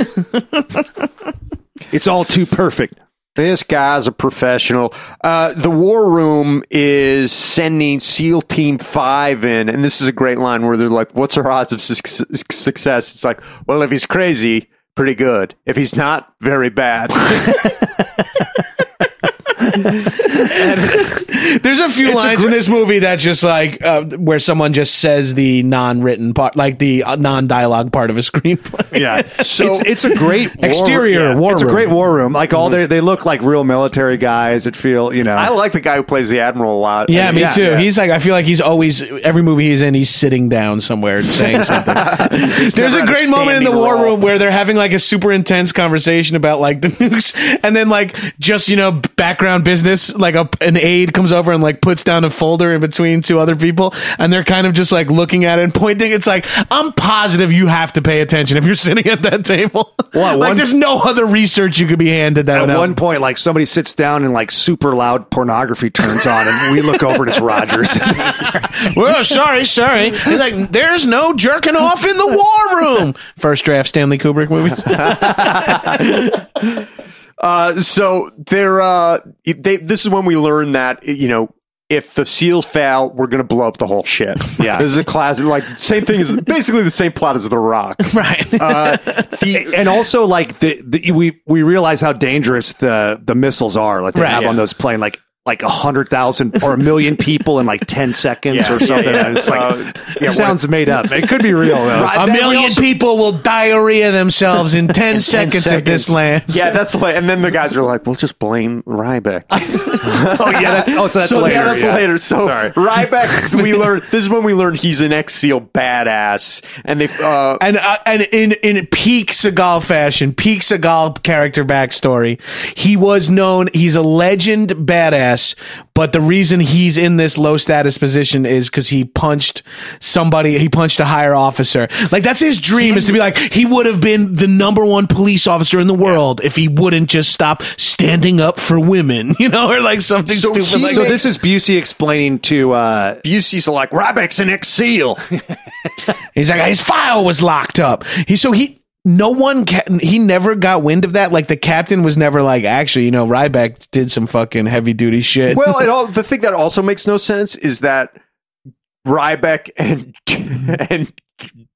it's all too perfect. This guy's a professional. Uh, the War Room is sending SEAL Team 5 in, and this is a great line where they're like, What's our odds of suc- success? It's like, Well, if he's crazy, pretty good. If he's not, very bad. There's a few lines in this movie that just like uh, where someone just says the non-written part, like the uh, non-dialogue part of a screenplay. Yeah, so it's, it's a great war- Exterior war It's room. a great war room. Like all their, they look like real military guys. That feel you know. I like the guy who plays the Admiral a lot. Yeah, me Yeah, too. yeah. He's like, I feel like he's always every movie he's in, he's sitting down somewhere and saying something. There's never a had a great moment in the standing war role. room where they're having like a super intense conversation about like the nukes, and then like just you know background business. Like a, an aide comes over and like puts down a folder in between two other people, and they're kind of just like looking at it and pointing. It's like I'm positive you have to pay attention if you're sitting at that table. Well, at like one- there's no other research you could be handed that at would help. one point, like somebody sits down and like super loud pornography turns on, and we look over and it's Rogers. well, sorry, sorry. He's like, there's no jerking off in the war room. First draft Stanley Kubrick movies. Uh, so they're, uh, they, this is when we learn that, you know, if the SEALs fail, we're going to blow up the whole shit. Yeah. This is a classic, like, same thing as basically the same plot as The Rock. right. Uh, the, and also like the, the we we realize how dangerous the the missiles are like they Right, have yeah. on those plane like like a hundred thousand or a million people in like ten seconds Yeah, or yeah, something. yeah. And It's like Uh, yeah, it sounds made up. It could be real though. Right. a then we million also- people will diarrhea themselves in 10, seconds, if this lands. Yeah, that's like, and then the guys are like, "We'll just blame Ryback." oh yeah, that's, oh so that's so later. yeah, that's yeah. later. So Sorry. Ryback, we learn this is when we learn he's an ex SEAL badass, and they uh, And, uh, and in, in peak Seagal fashion, peak Seagal character backstory, he was known, he's a legend badass, but the reason he's in this low status position is because he punched somebody, he punched a higher officer. Like, that's his dream is to be like, he would have been the number one police officer in the world if he wouldn't just stop standing up for women, you know, or like something So stupid he- like So that. this is Busey explaining to uh Busey's like, "Ryback's an ex SEAL." He's like, his file was locked up. He so he no one ca- he never got wind of that. Like the captain was never like, actually, you know, Ryback did some fucking heavy duty shit. well, it all the thing that also makes no sense is that Ryback and and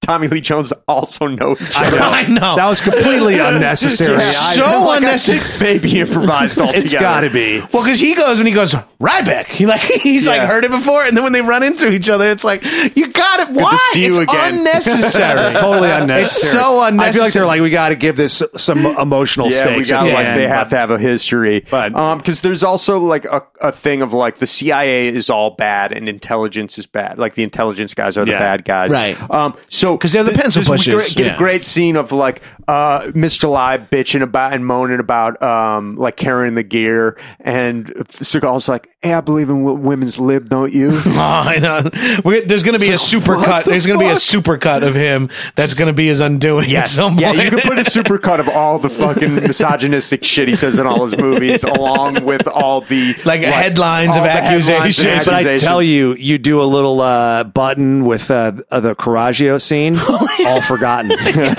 Tommy Lee Jones also know each other. I know. that was completely unnecessary. I- so I think unnecessary. Maybe improvised altogether. it's got to be. Well, because he goes when he goes Ryback, he like he's like Yeah. heard it before, and then when they run into each other, it's like you got it. Why? see you it's again. unnecessary. Totally unnecessary. so I feel like they're unnecessary. like, we got to give this some emotional Yeah, we stakes. got at the like end, they but- have to have a history, But- um, because there's also like a, a thing of like the CIA is all bad and intelligence is bad. Like the intelligence guys are the Yeah. bad guys, Right. Um, so 'Cause they're the pencil this- we pushers, Get yeah. a great scene of like uh, Mr. Live bitching about and moaning about um, like carrying the gear, and Seagal's like, "Hey, I believe in w- women's lib, don't you?" Oh, I know. We're, there's going to be a super cut. There's going to be a super cut of him that's going to be his undoing at some Yeah, point. you can put a supercut of all the fucking misogynistic shit he says in all his movies, along with all the Like, headlines all of the headlines and accusations. But I tell accusations. you, you do a little uh, button with uh, uh, the Carraggio scene, all forgotten. so you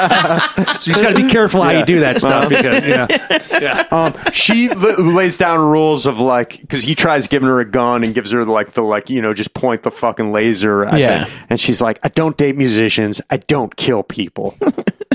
just got to be careful how you do that Uh-huh. stuff. Because, yeah. um, she l- lays down rules of like because he tries giving her a gun and gives her like the like you know just point the fucking laser. At Yeah. yeah, and she's like, I don't date musicians. I don't kill people.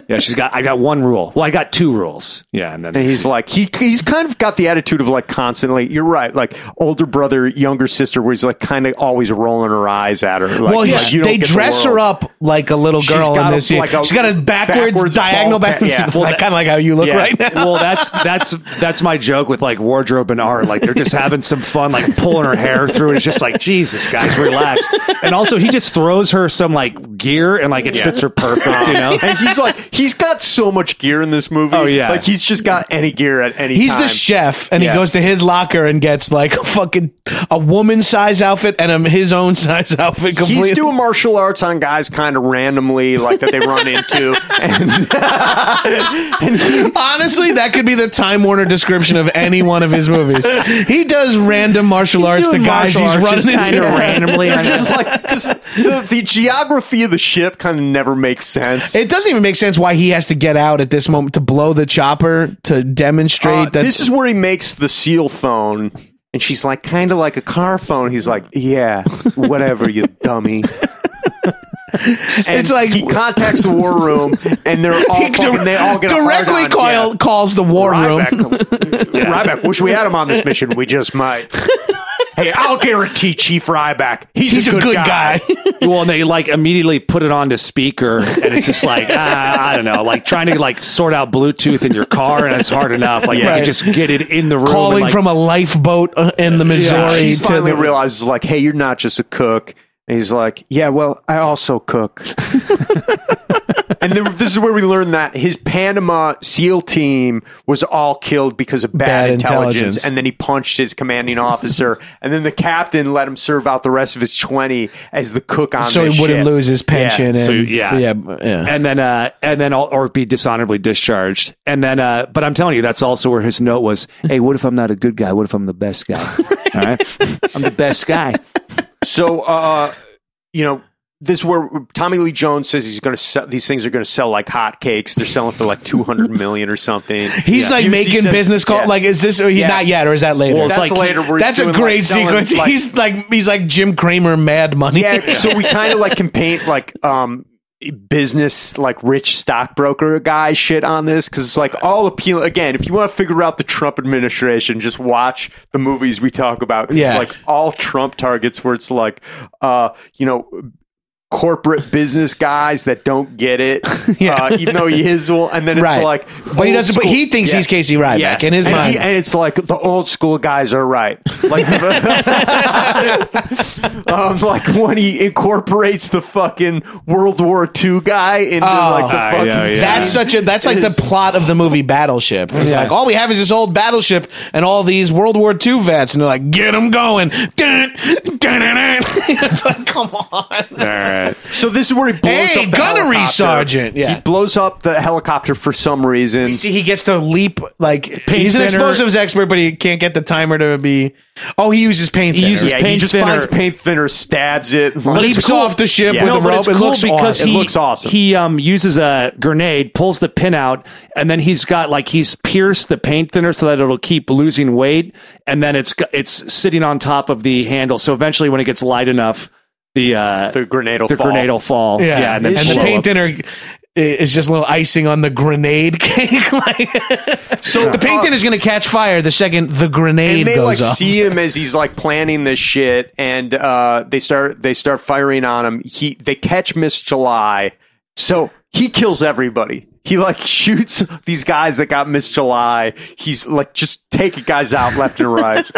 Yeah, she's got. I got one rule. Well, I got two rules. Yeah, and then And he's like, he he's kind of got the attitude of like constantly. You're right, like older brother, younger sister, where he's like kind of always rolling her eyes at her. Like, well, yeah, like, you don't they get the dress her world. up like a little She's girl in got a- this. yeah. like a she's got a backwards, backwards diagonal ball backwards. pit, yeah. well, kind of like how you look Yeah. right now. well, that's that's that's my joke with like wardrobe and art. Like they're just having some fun, like pulling her hair through. And it's just like, Jesus, guys, relax. And also, he just throws her some like gear, and like it fits her perfect. You know, and he's like, he's got so much gear in this movie. Oh, yeah. like he's just got any gear at any. He's the time. chef, and Yeah. he goes to his locker and gets like a fucking a woman size outfit and a, his own size outfit. Completely. He's doing martial arts on guys kind of randomly, like that they run into, and, and he Honestly, that could be the Time Warner description of any one of his movies. He does random martial arts to doing guys martial he's arts, just running into. kinda randomly. They're just like just the, the geography of the ship kind of never makes sense. It doesn't even make sense why he has to get out at this moment to blow the chopper to demonstrate Uh, that this is where he makes the seal phone, and she's like, kind of like a car phone. He's like, yeah, whatever, you dummy. And It's like- he contacts the war room, and they're all He fucking, they all get a directly hard-on. Yeah. call, calls the war room. Ryback, Ryback, wish we had him on this mission. We just might. hey, I'll guarantee Chief Ryback. He's, He's a good guy. well, and they like immediately put it on to speaker, and it's just like ah, I don't know, like trying to like sort out Bluetooth in your car, and it's hard enough. Like you Right. could just get it in the room, and, Calling like, from a lifeboat uh, in the Missouri She to finally the- realizes, like, hey, you're not just a cook. And he's like, yeah, well, I also cook. and then this is where we learn that his Panama SEAL team was all killed because of bad, Bad intelligence. intelligence. And then he punched his commanding officer. and then the captain let him serve out the rest of his 20 as the cook on so this he wouldn't ship. lose his Yeah. pension. so and, yeah. yeah, b- yeah. and then uh and then all, or be dishonorably discharged and then uh but i'm telling you that's also where his note was hey what if i'm not a good guy what if i'm the best guy all right i'm the best guy So, uh, you know, this is where Tommy Lee Jones says he's going to sell. These things are going to sell like hotcakes. They're selling for like two hundred million or something. He's Yeah. like He making says- business call. yeah. Like, is this? Or he's Yeah. not yet, or is that later? Well, that's later where he's that's a doing, great like, selling, sequence. like- he's like he's like Jim Cramer, Mad Money. yeah. So we kind of like can paint like um business like rich stockbroker guy shit on this because it's like all appealing. Again, if you want to figure out the Trump administration, just watch the movies we talk about. 'cause Yeah. it's like all Trump targets where it's like, uh, you know. Corporate business guys that don't get it, Yeah. uh, even though he is one, and then it's Right. like, but he old doesn't. But school- he thinks Yeah. he's Casey Ryback Yes. in his and mind. he- and it's like the old school guys are right. Like, um, like when he incorporates the fucking World War II guy into like the Ah, fucking. yeah, yeah. That's such a that's like It the is- plot of the movie Battleship. It's Yeah. like all we have is this old battleship and all these World War II vets, and they're like, "Get them going!" Dun, dun, dun, dun. it's like, come on. all right So this is where he blows Hey, up the gunnery helicopter. sergeant, yeah. he blows up the helicopter for some reason. See, he gets to leap like he's an thinner. explosives expert, but he can't get the timer to be. Oh, he uses paint. He uses yeah, he paint just thinner. finds paint thinner, stabs it, leaps It's cool. off the ship Yeah. with No, the but rope. it's It cool looks because awesome. It he, looks awesome. He um, uses a grenade, pulls the pin out, and then he's got like he's pierced the paint thinner so that it'll keep losing weight, and then it's it's sitting on top of the handle. So eventually, when it gets light enough, the uh, The grenade will the fall. grenade will fall. yeah, and and, then the blow paint up. thinner i- is just a little icing on the grenade cake. like, so the paint thinner is going to catch fire the second the grenade and they goes like off. see him as he's like planning this shit and uh they start they start firing on him he they catch miss july so he kills everybody he like shoots these guys that got miss july he's like just taking guys out left and right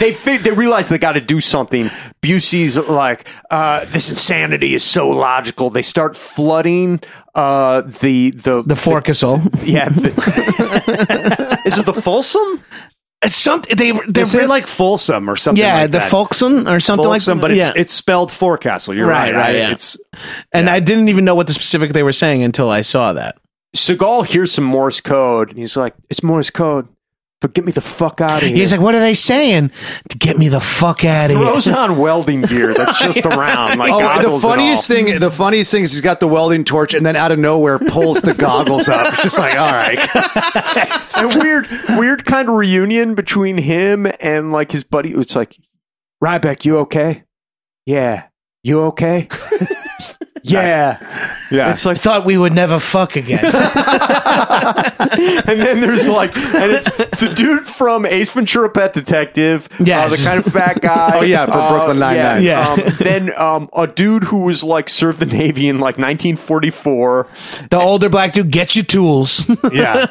they fig- they realize they got to do something. Busey's like, uh, this insanity is so logical. They start flooding uh, the the the forecastle. yeah. the- is it the Folsom? It's something they they're They say really- like Folsom or something. yeah like the that. Folkson or something like Folsom, but it's, yeah. it's spelled forecastle. You're right. Right, right, I- yeah. It's and I didn't even know what the specific they were saying until I saw that. Seagal hears some Morse code and he's like, "It's Morse code, but get me the fuck out of here." He's like, "What are they saying to get me the fuck out of here?" throws on welding gear that's just around. Like oh, the goggles and funniest all. thing. The funniest thing is he's got the welding torch, and then out of nowhere pulls the goggles up. It's just like, all right, a weird, weird kind of reunion between him and like his buddy. It's like, Ryback, you okay? Yeah, you okay? Yeah. Yeah. It's like, Thought we would never fuck again. and then there's like, and it's the dude from Ace Ventura: Pet Detective, yeah, Yes. the kind of fat guy. Oh, yeah, from Brooklyn Nine-Nine. yeah. Yeah. Um, then um, a dude who was like served the Navy in like 1944. the older black dude, get your tools. yeah.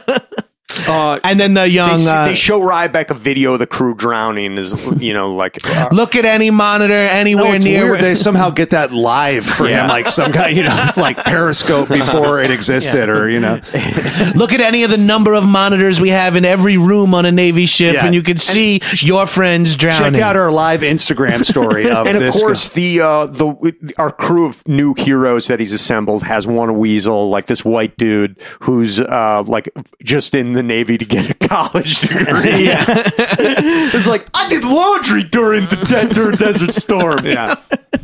Uh, and then the they, young. s- uh, they show Ryback a video of the crew drowning. Is you know like uh, look at any monitor anywhere No, it's near. weird where- they somehow get that live for Yeah. him, like some guy, you know, it's like Periscope before it existed, or you know, Look at any of the number of monitors we have in every room on a Navy ship, Yeah. and you can see your friends drowning. check out our live Instagram story of and of this. course the uh the our crew of new heroes that he's assembled has one weasel like this white dude who's uh like just in the navy to get a college degree yeah it's like i did laundry during the de- during desert storm yeah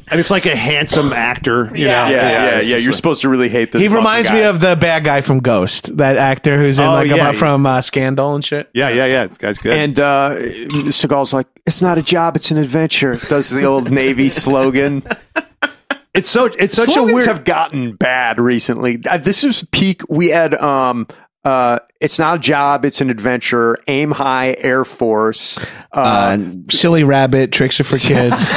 and it's like a handsome actor, you yeah yeah know. yeah, it's just you're like- supposed to really hate this he fucking reminds guy. me of the bad guy from Ghost, that actor who's in Oh, like yeah. about from uh, Scandal and shit. yeah, yeah, yeah. This guy's good. and uh seagal's like it's not a job it's an adventure does the old navy slogan it's so it's such Slogans a weird. have gotten bad recently. Uh, This is peak. We had um uh it's not a job, it's an adventure. Aim high, Air Force. Uh, Silly Rabbit, Tricks Are for Kids,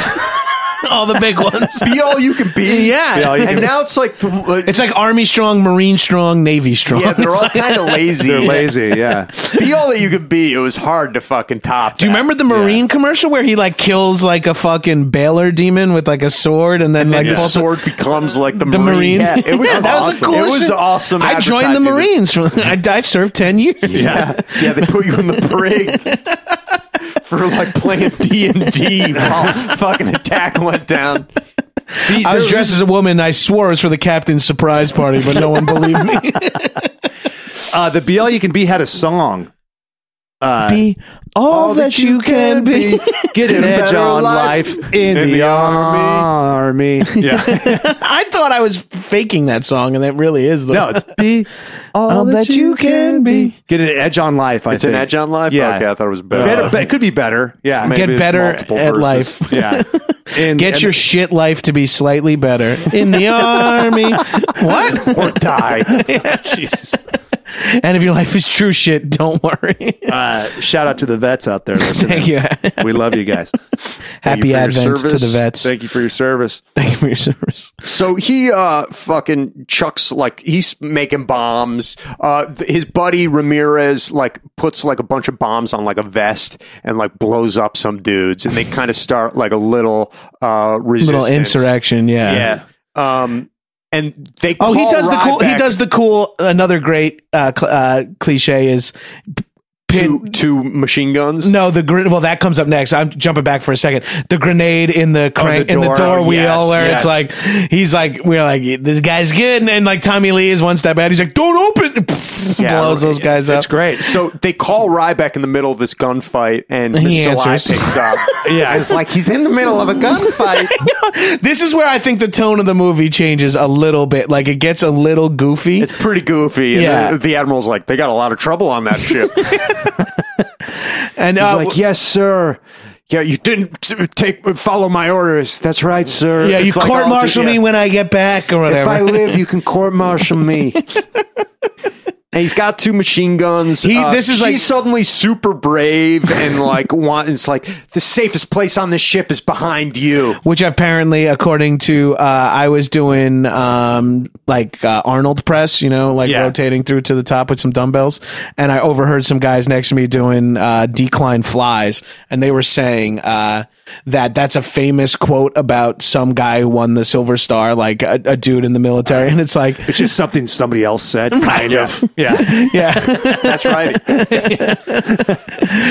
all the big ones. be all you can be. Yeah. Be all you and can- now it's like the, uh, It's like Army strong, Marine strong, Navy strong. yeah, they're all kind of lazy. they're lazy, yeah. Be all that you can be. It was hard to fucking top. Do you remember the Marine commercial where he like kills like a fucking Baylor demon with like a sword and then like the pulls a- sword becomes like the, the Marine? marine. Yeah, it was Yeah, that was the awesome. coolest It was shit. awesome. I joined the advertising. Marines. I, I served ten years. Yeah, yeah, they put you in the brig for like playing D and D while fucking attack went down. I was dressed as a woman. I swore it was for the captain's surprise party, but no one believed me. Uh, the Be All You Can Be had a song. Uh, be all, that, you can be. Get an a edge better on life, life in, in the, the army. Yeah, I thought I was faking that song, and that really is the. no, it's be all, All that you can be. Get an edge on life. I It's an think. edge on life. Yeah. Okay, I thought it was better. Better, it could be better. Yeah, Maybe Get it's better multiple at verses. life. yeah. And- Get and- your shit life to be slightly better in the army. What? or die. Jesus. And if your life is true shit, don't worry. Uh, shout out to the vets out there listening. Thank you. We love you guys. Thank Happy you for your Advent to service. the vets. Thank you for your service. Thank you for your service. So he uh fucking chucks like he's making bombs. Uh th- his buddy Ramirez like puts like a bunch of bombs on like a vest and like blows up some dudes and they kind of start like a little uh resistance. Little insurrection, yeah. Yeah. Um, and they. Oh, he call does the cool. He Ryback does the cool. Another great uh, cl- uh, cliche is two, two machine guns. No, the grenade. Well, that comes up next. I'm jumping back for a second. The grenade in the crank in the door. door Oh, wheel, yes, where it's yes. like he's like we're like this guy's good, and then like Tommy Lee is one step out. He's like, don't open. Yeah, blows those guys That's up. great. So they call Ryback in the middle of this gunfight, and He Mr. Lai answers. picks up. yeah, it's like he's in the middle of a gunfight. This is where I think the tone of the movie changes a little bit. Like it gets a little goofy. it's pretty goofy. And Yeah. the, the admiral's like, they got a lot of trouble on that ship. he's and uh, like, yes, sir. Yeah, you didn't t- take follow my orders. That's right, sir. yeah, you It's like all court martial the- me yeah. when I get back or If whatever. I live, you can court martial me. And he's got two machine guns. Uh, He- this is she's like- suddenly super brave and like want. It's like the safest place on this ship is behind you. which apparently according to uh, i was doing um, like uh, arnold press you know like Yeah. rotating through to the top with some dumbbells and i overheard some guys next to me doing uh, decline flies and they were saying uh, that that's a famous quote about some guy who won the silver star like a, a dude in the military and it's like It's just something somebody else said, kind of. Yeah. yeah That's right.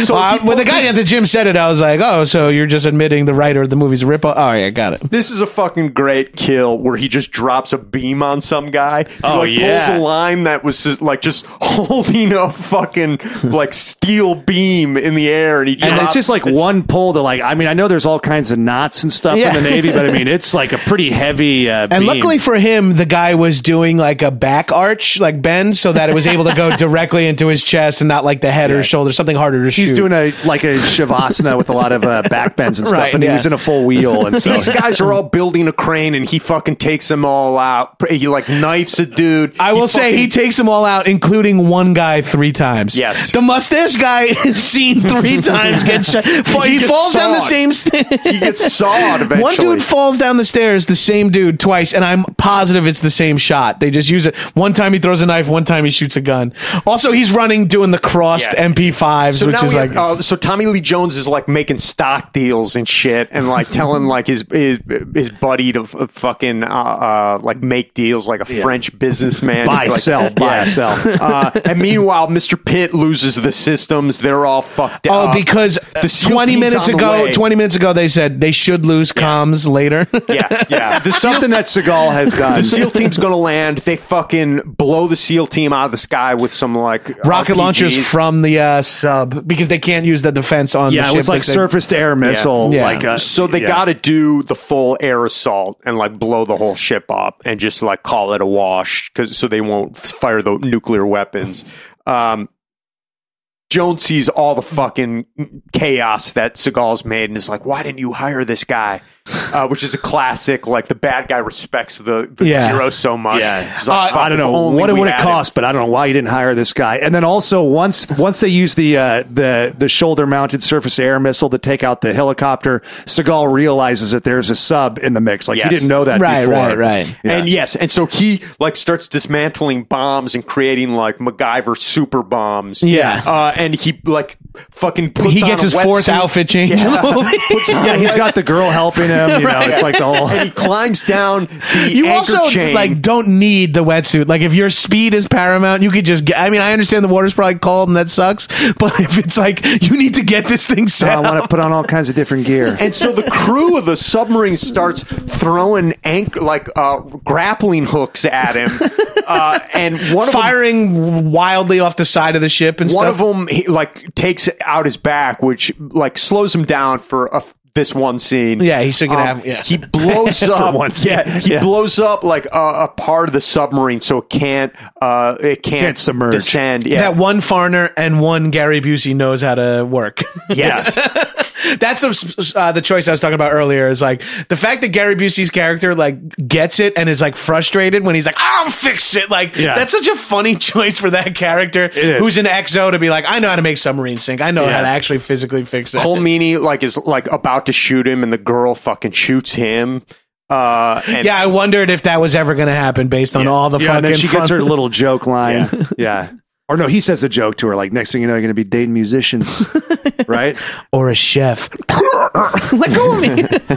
so Uh, he when the pulls- guy at the gym said it i was like oh so you're just admitting the writer of the movie's a rip oh yeah got it This is a fucking great kill where he just drops a beam on some guy. He, Oh, like, yeah. Pulls a line that was just like just holding a fucking like steel beam in the air, and he And drops- it's just like one pull to like, I mean, I know know there's all kinds of knots and stuff Yeah. in the Navy, but I mean, it's like a pretty heavy. Uh, And luckily for him, the guy was doing like a back arch, like bend, so that it was able to go directly into his chest and not like the head or shoulder, something harder to shoot. he's doing a like a shavasana with a lot of uh, back bends and stuff, Right, and yeah. he was in a full wheel, and so These guys are all building a crane, and he fucking takes them all out. He like knifes a dude. I will say he takes them all out, including one guy three times. Yes. the mustache guy is seen three times get shot. Fa- He, gets falls down the sawed. same stairs. he gets sawed eventually. One dude falls down the stairs, the same dude twice, and I'm positive it's the same shot. They just use it. One time he throws a knife, one time he shoots a gun. Also, he's running doing the crossed Yeah. MP5s, So which now is we like have- uh, so Tommy Lee Jones is like making stock deals and shit, and like telling like his his, his buddy to f- fucking uh, uh, like make deals like a French businessman. Buy, He's like, sell, buy, sell. Uh, and meanwhile, Mr. Pitt loses the systems; they're all fucked Oh, up. because Uh, The SEAL twenty team's minutes on the ago, way. twenty minutes ago, they said they should lose comms later. yeah, yeah. The SEAL, something that Seagal has done. the SEAL team's gonna land. They fucking blow the SEAL team out of the sky with some like Rocket RPGs. launchers from the uh, sub because they can't use the defense on. the yeah, ship it was like that they- surface to air missile. Yeah. Like a, so they yeah. got to do the full air assault and like blow the whole ship up and just like call it a wash because so they won't fire the nuclear weapons. Um, Jones sees all the fucking chaos that Seagal's made and is like, "Why didn't you hire this guy?" Uh, which is a classic. Like the bad guy respects the, the Yeah. hero so much. Yeah. It's like, Uh, I "Fuck, don't if know only what it we would have had him." cost, but I don't know why you didn't hire this guy. And then also once once they use the uh, the the shoulder mounted surface to air missile to take out the helicopter, Seagal realizes that there's a sub in the mix. Like Yes. he didn't know that Right, before. right, right. And yes, and so he like starts dismantling bombs and creating like MacGyver super bombs. Yeah. uh, and he like fucking puts he gets on a his fourth wetsuit outfit change in the movie. Yeah, he's got the girl helping him. You know, it's like the whole. and he climbs down the You anchor also chain. like don't need the wetsuit. Like if your speed is paramount, you could just get. I mean, I understand the water's probably cold and that sucks, but if it's like you need to get this thing set, I up- want to put on all kinds of different gear. and so the crew of the submarine starts throwing anchor like uh, grappling hooks at him, uh, and one of them firing wildly off the side of the ship and one stuff. of them he, like takes out his back which like slows him down for a f this one scene Yeah, he's still gonna have- yeah. Um, he blows up one scene. yeah he Yeah. blows up like a, a part of the submarine so it can't uh it can't, Can't submerge. descend yeah That one foreigner and one Gary Busey knows how to work. yes That's the, uh, the choice I was talking about earlier. Is like the fact that Gary Busey's character like gets it and is like frustrated when he's like, "I'll fix it." Like Yeah. that's such a funny choice for that character is. who's an XO to be like, "I know how to make submarines sink. I know how to actually physically fix it." Cole Meany like is like about to shoot him and the girl fucking shoots him uh and yeah, I wondered if that was ever going to happen based on all the yeah, fucking. and then she fun- gets her little joke line. Yeah. Or no, he says a joke to her, like, next thing you know, you're going to be dating musicians, right? or a chef. Let go of me.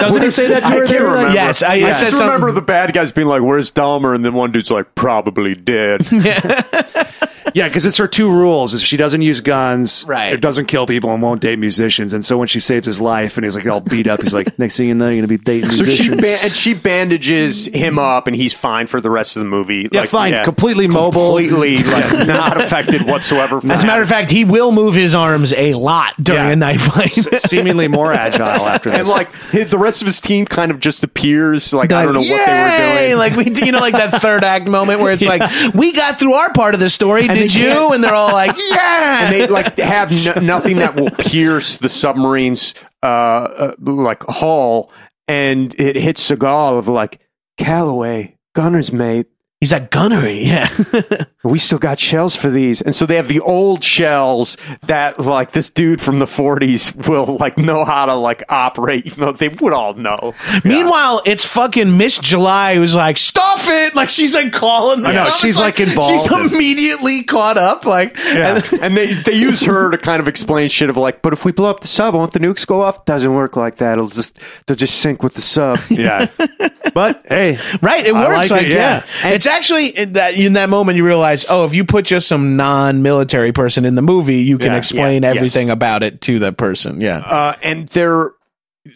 Doesn't he say that to I her? can't there? remember. Yes, I, I I said just something- remember the bad guys being like, "Where's Dahmer?" and then one dude's like, "Probably dead." Yeah, because it's her two rules: is she doesn't use guns, Right. It doesn't kill people and won't date musicians. And so when she saves his life, and he's like all beat up, he's like, next thing you know, you're gonna be dating So she musicians. ba- and she bandages him up, and he's fine for the rest of the movie. yeah, fine, completely mobile. completely like, not affected whatsoever. As a matter of fact, he will move his arms a lot during Yeah. a knife fight. seemingly more agile after this. and like his, the rest of his team kind of just appears. Like I don't know what they were Yay! doing. Like we, you know, like that third act moment where it's like we got through our part of the story. did they you? can't- And they're all like, yeah. and they like have no, nothing that will pierce the submarine's uh, uh like hull, and it hits Seagal of like Calloway, gunner's mate. He's like gunnery. Yeah. we still got shells for these and so they have the old shells that like this dude from the 40s will like know how to like operate even though they would all know Meanwhile, it's fucking Miss July who's like, "Stop it!" Like she's like calling. The know, stuff. she's, It's like, involved She's in- immediately caught up. Like, yeah. and they they use her to kind of explain shit of like but if we blow up the sub won't the nukes go off doesn't work like that it'll just they'll just sink with the sub yeah, but hey, Right, it I works. Like, like it, yeah, it's actually in that in that moment you realize, oh, if you put just some non-military person in the movie, you can Yeah, explain yeah, yes. everything about it to the person. Yeah, uh, and they're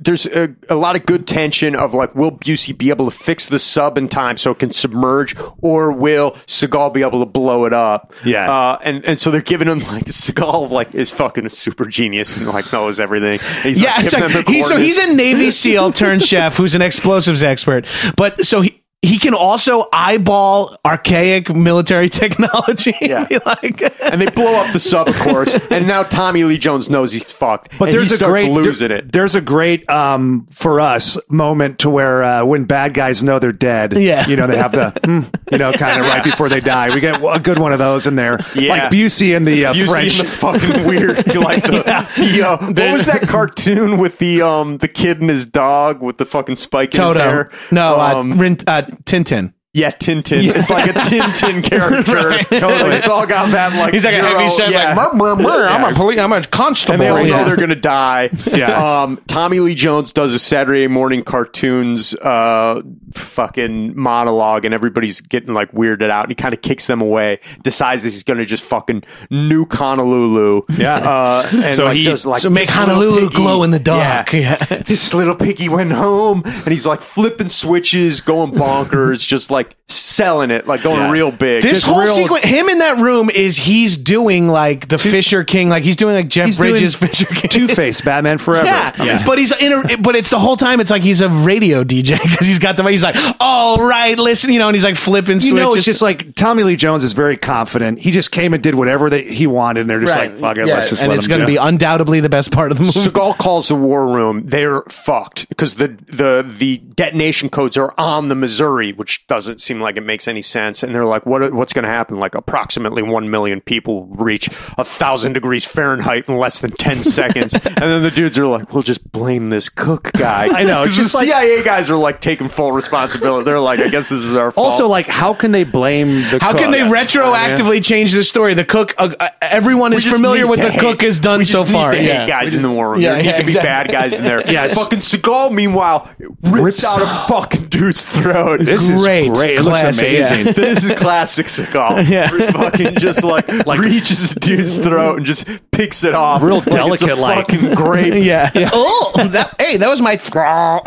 there's a, a lot of good tension of like, will Busey be able to fix the sub in time so it can submerge, or will Seagal be able to blow it up? Yeah. Uh, and and so they're giving him like Seagal like is fucking a super genius and like knows everything. He's yeah, like, it's giving like- them the he- so he's coordinates. a Navy SEAL turned chef who's an explosives expert, but so he. He can also eyeball archaic military technology. and Yeah. be like, and they blow up the sub, of course. And now Tommy Lee Jones knows he's fucked. But and there's he a starts great losing there- it. There's a great um for us moment to where uh, when bad guys know they're dead. Yeah. you know they have the hmm, you know kind of right before they die. We get a good one of those in there, Yeah. like Busey and the uh, You French. see the fucking weird, like the, the uh, what was that cartoon with the um the kid and his dog with the fucking spike in his Toto. hair? No, um, uh, Rin, uh, Tintin. yeah, Tintin. It's like a Tintin character. Totally, it's all got that like He's like a Euro- heavy set, yeah. like, "Murr, murr, murr, I'm a police, I'm a and constable. they all know Yeah. they're gonna die. Yeah. Um, Tommy Lee Jones does a Saturday morning cartoons uh, fucking monologue, and everybody's getting like weirded out. And he kind of kicks them away. Decides that he's gonna just fucking nuke Honolulu. Yeah. Uh, and So like, he- does, like so make this little Honolulu piggy- glow in the dark. Yeah. Yeah. this little piggy went home, and he's like flipping switches, going bonkers, just like selling it, like going Yeah. real big. This Just whole real- sequence, him in that room is he's doing like the Fisher King, like he's doing like Jeff He's doing Bridges Fisher King. Two Face Batman Forever. Yeah. but he's in a, but it's the whole time. It's like he's a radio DJ because he's got the he's like, all right, listen, you know, and he's like flipping You switches. know, it's just like Tommy Lee Jones is very confident. He just came and did whatever they, he wanted, and they're just like, "Fuck it, Yeah, let's just and let it's him going to do be it. undoubtedly the best part of the movie. Seagal calls the war room. They're fucked because the the the detonation codes are on the Missouri, which doesn't seem like it makes any sense. And they're like, "What? What's going to happen? Like, approximately one million people reach a thousand degrees Fahrenheit in less than ten seconds." And then the dudes are like, "We'll just blame this cook guy." I know, it's the just like- CIA guys are like taking full responsibility. They're like, "I guess this is our fault." Also, like, how can they blame the? How cook? can they retroactively change the story? The cook, uh, uh, everyone is We just familiar need with to the hate- cook has done we so just need far. to hate Yeah. guys in the war room. Yeah, Yeah, there yeah, need to be exactly. bad guys in there. Yes. fucking Seagal. Oh, Meanwhile, rips, Rips out a fucking dude's throat. This is Great. great. It looks Classic, yeah. amazing. this is classic Seagal. Yeah. fucking just like, reaches the dude's throat and just picks it off. Real Like it's a delicate, like. fucking grape. Yeah. oh, that, hey, that was my thrall.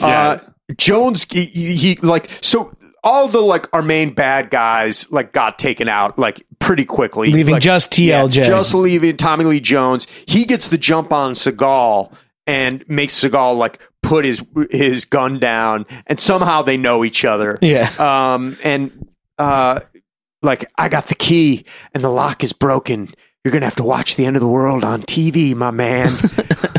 Uh, Jones, he, he, he, like so. All the like our main bad guys like got taken out like pretty quickly, Leaving Like, just TLJ. just leaving Tommy Lee Jones. He gets the jump on Seagal and makes Seagal like put his his gun down, and somehow they know each other. Yeah. Um. And uh, like I got the key, and the lock is broken. You're gonna have to watch the end of the world on TV, my man.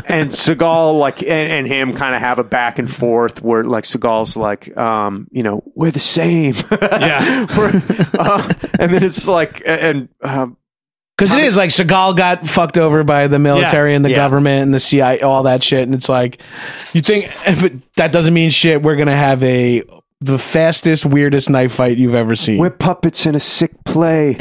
and Seagal, like, and, and him kind of have a back and forth where, like, Seagal's like, um, you know, we're the same. Yeah. We're- uh, and then it's like, and uh, Because it is like Seagal got fucked over by the military Yeah, and the yeah. government and the CIA, all that shit, and it's like you think, but that doesn't mean shit. We're gonna have a the fastest, weirdest knife fight you've ever seen. We're puppets in a sick play.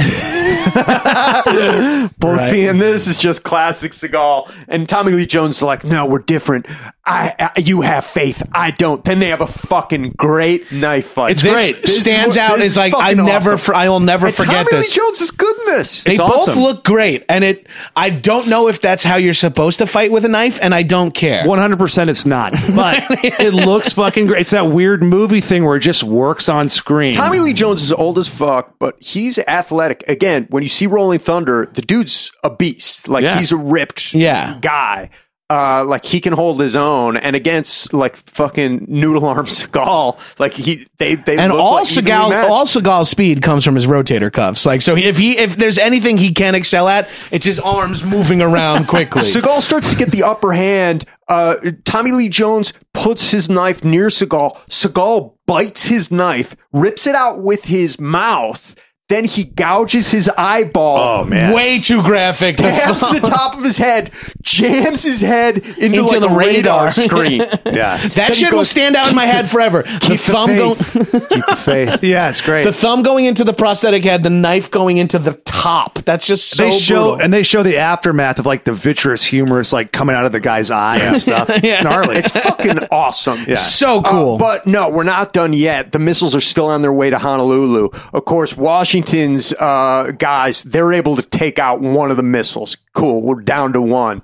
Both Right. being this is just classic Seagal. And Tommy Lee Jones is like, no, we're different. I, I you have faith. I don't. Then they have a fucking great knife fight. It's this great. This stands out. this It's like I fucking never, awesome. for I will never And forget Tommy this. Lee Jones is good in this. They It's both awesome. look great, and it. I don't know if that's how you're supposed to fight with a knife, and I don't care. One hundred percent, it's not. But it looks fucking great. It's that weird movie thing where it just works on screen. Tommy Lee Jones is old as fuck, but he's athletic. Again, when you see Rolling Thunder, the dude's a beast. Like Yeah. he's a ripped Yeah. guy. Uh, like he can hold his own, and against like fucking noodle arm Seagal, like he they they And look all like evenly Seagal, matched. all Seagal's speed comes from his rotator cuffs. Like so, if he if there's anything he can excel at, it's his arms moving around quickly. Seagal starts to get the upper hand. Uh, Tommy Lee Jones puts his knife near Seagal. Seagal bites his knife, rips it out with his mouth. Then he gouges his eyeball. Oh, man. Way too graphic. Stabs the top of his head, jams his head into, Into like the the radar, radar. screen. Yeah. that he shit will goes- stand out in my head forever. The thumb going, Keep the faith. Yeah, it's great. the thumb going into the prosthetic head, the knife going into the top. That's just so they show brutal. and they show the aftermath of like the vitreous humorous like coming out of the guy's eye and stuff. It's gnarly. It's fucking awesome. Yeah. So Oh, Uh, cool. Oh, but no, we're not done yet. The missiles are still on their way to Honolulu. Of course, Washington's uh, guys, they're able to take out one of the missiles. Cool. We're down to one.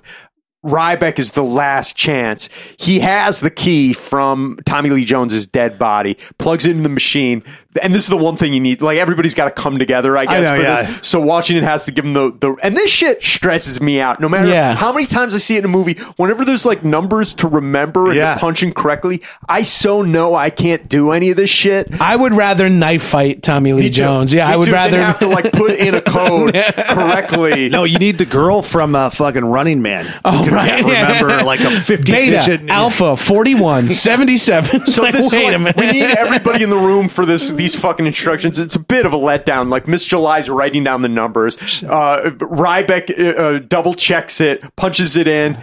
Ryback is the last chance. He has the key from Tommy Lee Jones's dead body, plugs it in the machine, and this is the one thing you need. Like everybody's got to come together, I guess, know, for yeah. this. So Washington has to give him the the and this shit stresses me out. No matter Yeah. how many times I see it in a movie, whenever there's like numbers to remember and Yeah. to punch in correctly, I so know I can't do any of this shit. I would rather knife fight Tommy Lee Jones. Yeah, You I would do then rather. have to like put in a code correctly. No, you need the girl from uh, fucking Running Man. Oh, You right. remember like a fifty Beta, digit Alpha, 41, 77. So Like, this is wait like- a minute. we need everybody in the room for this. These fucking instructions. It's a bit of a letdown. Like Miss July's writing down the numbers. Uh, Ryback uh, uh, double checks it, punches it in,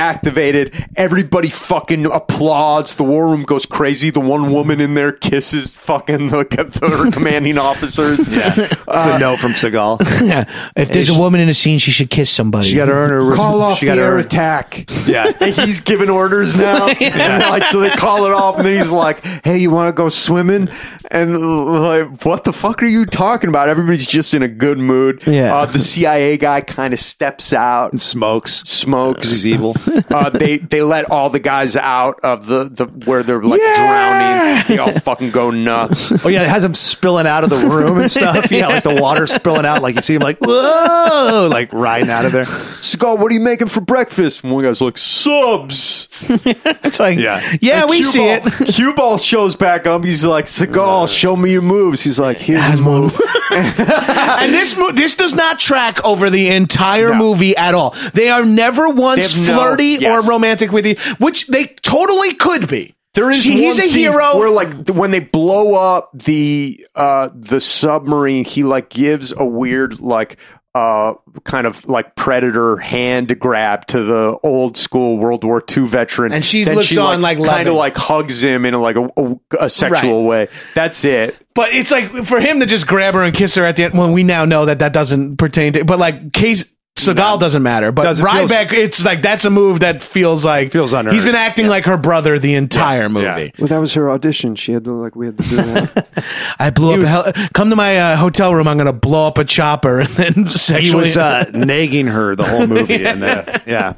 deactivated. Everybody fucking applauds. The war room goes crazy. The one woman in there kisses fucking the, the commanding officers. Yeah. It's a no from Seagal. Yeah. If there's a woman in a scene, she should kiss somebody. You got to earn her. Call off she the gotta air earn- attack. Yeah. And he's giving orders now. And like, so they call it off, and then he's like, "Hey, you want to go swimming?" And like, what the fuck are you talking about? Everybody's just in a good mood. Yeah. Uh, the CIA guy kind of steps out, Smokes. smokes. He's evil. Uh, they they let all the guys out of the, the where they're like Yeah. drowning. They all fucking go nuts. Oh yeah, it has him spilling out of the room and stuff. Yeah, like the water spilling out. Like you see him like whoa, like riding out of there. Scott, what are you making for breakfast? And one guy's like subs. It's like, Yeah. yeah, yeah And we cue see ball, it. Cue ball shows back up. He's like, Seagal, show me your moves. He's like, here's my move. and this mo- this does not track over the entire movie at all. They are never once They have no- flirty yes. or romantic with you, which they totally could be. There is She- he's one a scene hero. where like th- when they blow up the uh the submarine, he like gives a weird like uh kind of like predator hand grab to the old school World War II veteran. And she looks on, like, kind of loving. like hugs him in like a, a, a sexual way. That's it. but it's like for him to just grab her and kiss her at the end. When we now know that that doesn't pertain to, but like case. Seagal doesn't matter, but Doesn't- feels- Ryback, it's like that's a move that feels like Feels unearned. He's been acting like her brother the entire movie. Well, that was her audition. She had to like we had to do that. I blew up. a hel- come to my uh, hotel room. I'm going to blow up a chopper and then He sexually. was uh, nagging her the whole movie. And, uh, yeah.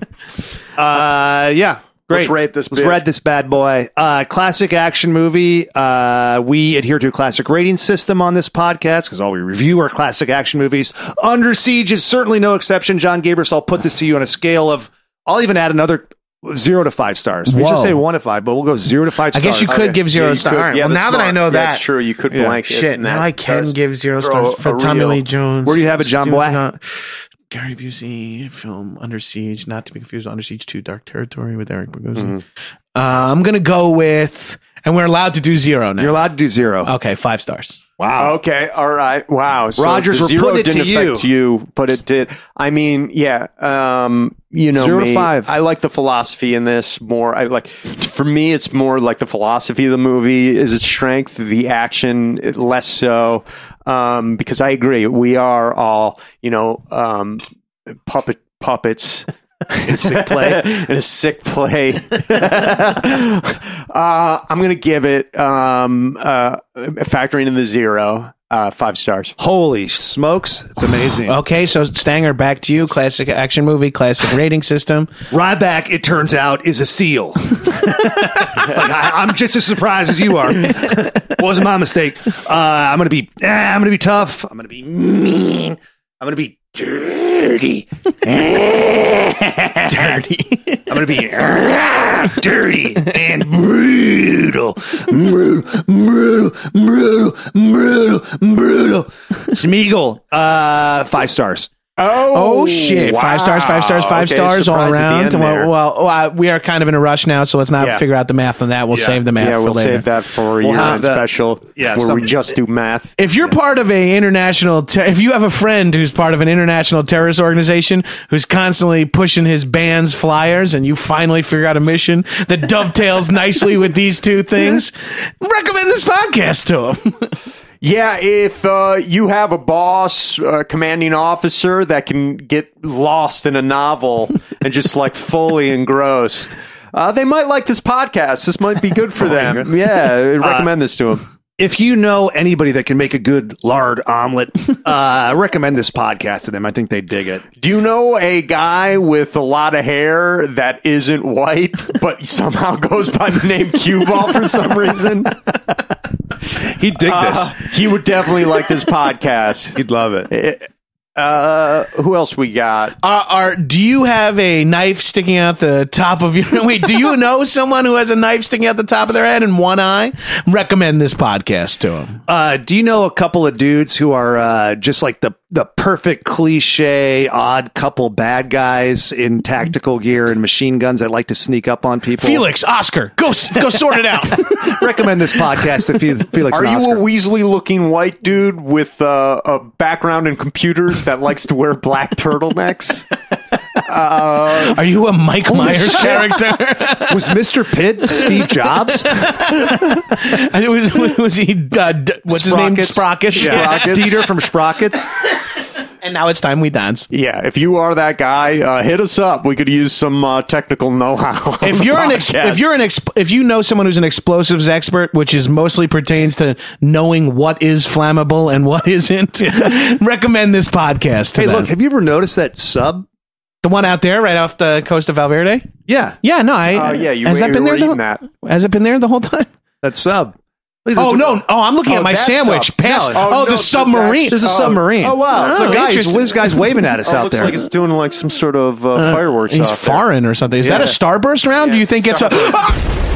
Uh, yeah. Great. Let's rate this Let's bitch. rate this bad boy. Uh, classic action movie. Uh, we adhere to a classic rating system on this podcast because all we review are classic action movies. Under Siege is certainly no exception. John Gabris, I'll put this to you on a scale of, I'll even add another zero to five stars. We should Whoa. say one to five, but we'll go zero to five I stars. guess you could give zero you stars. could. All right, Yeah, well, that's now that I smart. know Yeah, that, it's true. You could Yeah. blanket. Shit, in now that I can test. give zero Throw stars for a Tommy real- Lee Jones. Where do you have it, John Steven's Black? not- Gary Busey film Under Siege, not to be confused with Under Siege 2 Dark Territory with Eric Bogosian. Mm-hmm. Uh, I'm going to go with, and we're allowed to do zero now. You're allowed to do zero. okay, five stars. wow. Okay, all right. Wow. So Rogers, the we're zero putting it to didn't affect you. you, but it did. I mean, yeah. Um, you know, Zero to me. five. I like the philosophy in this more. I like for me, it's more like the philosophy of the movie is its strength, the action it- less so. Um, because I agree, we are all you know um, puppet puppets Sick play. in a sick play. uh, I'm gonna give it um, uh, factoring in the zero, uh, five stars. Holy smokes. It's amazing. Okay, so Stanger, back to you. Classic action movie, classic rating system. Ryback, it turns out, is a seal. like, I, I'm just as surprised as you are. Wasn't my mistake. Uh, I'm gonna be. eh, I'm gonna be tough. I'm gonna be mean. I'm gonna be dirty. Dirty. I'm gonna be dirty and brutal, brutal, brutal, brutal, brutal, brutal. Schmeagle, uh, five stars. Oh, shit! Five stars, five stars, five Okay, stars all surprise at the around. end there. Well, well, uh, we are kind of in a rush now, so let's not Yeah. figure out the math on that. We'll save the math yeah, for we'll later. save that for a We'll year have end that- special yeah, where some- we just do math. If you're part of a international, ter- if you have a friend who's part of an international terrorist organization who's constantly pushing his band's flyers, and you finally figure out a mission that dovetails nicely with these two things, recommend this podcast to him. Yeah, if uh, you have a boss, uh, commanding officer that can get lost in a novel and just like fully engrossed, uh, they might like this podcast. This might be good for them. Yeah, recommend this to them. if you know anybody that can make a good lard omelet, uh, I recommend this podcast to them. I think they dig it. Do you know a guy with a lot of hair that isn't white, but somehow goes by the name Cue Ball for some reason? He dig Uh, he would definitely like this podcast. He'd love it. Uh, who else we got? Are, Uh, are do you have a knife sticking out the top of your? Wait, do you know someone who has a knife sticking out the top of their head and one eye? Recommend this podcast to them. Uh, do you know a couple of dudes who are uh, just like the the perfect cliche odd couple bad guys in tactical gear and machine guns that like to sneak up on people? Felix, Oscar, go s- go sort it out. recommend this podcast to Fe- Felix. Are and you Oscar. a Weasley-looking white dude with uh, a background in computers that likes to wear black turtlenecks? Are you a Mike Myers character? was Mr. Pitt Steve Jobs? And it was was he? Uh, d- what's his name? Sprockets. Yeah. Sprockets. Dieter from Sprockets. And now it's time we dance. Yeah, if you are that guy, uh, hit us up. We could use some uh, technical know-how. on if the you're an ex- podcast. if you're an ex- if you know someone who's an explosives expert, which is mostly pertains to knowing what is flammable and what isn't, recommend this podcast to Hey, them. look, have you ever noticed that sub? the one out there right off the coast of Valverde. Yeah, Yeah, no, I Uh, yeah, you has were- that been you there were the whole, eating that. has it been there the whole time? that sub. Oh no! Oh, I'm looking Oh, at my that sandwich. sub. Pass. No, oh, oh, no, the that's- submarine. There's a Oh. submarine. Oh, wow. Look, Oh, guys, interesting. whiz guys waving at us Oh, it out looks there. like it's doing like some sort of uh, fireworks. He's out there. foreign or something. Is that Yeah. a starburst round? Do Yeah, you think it's a?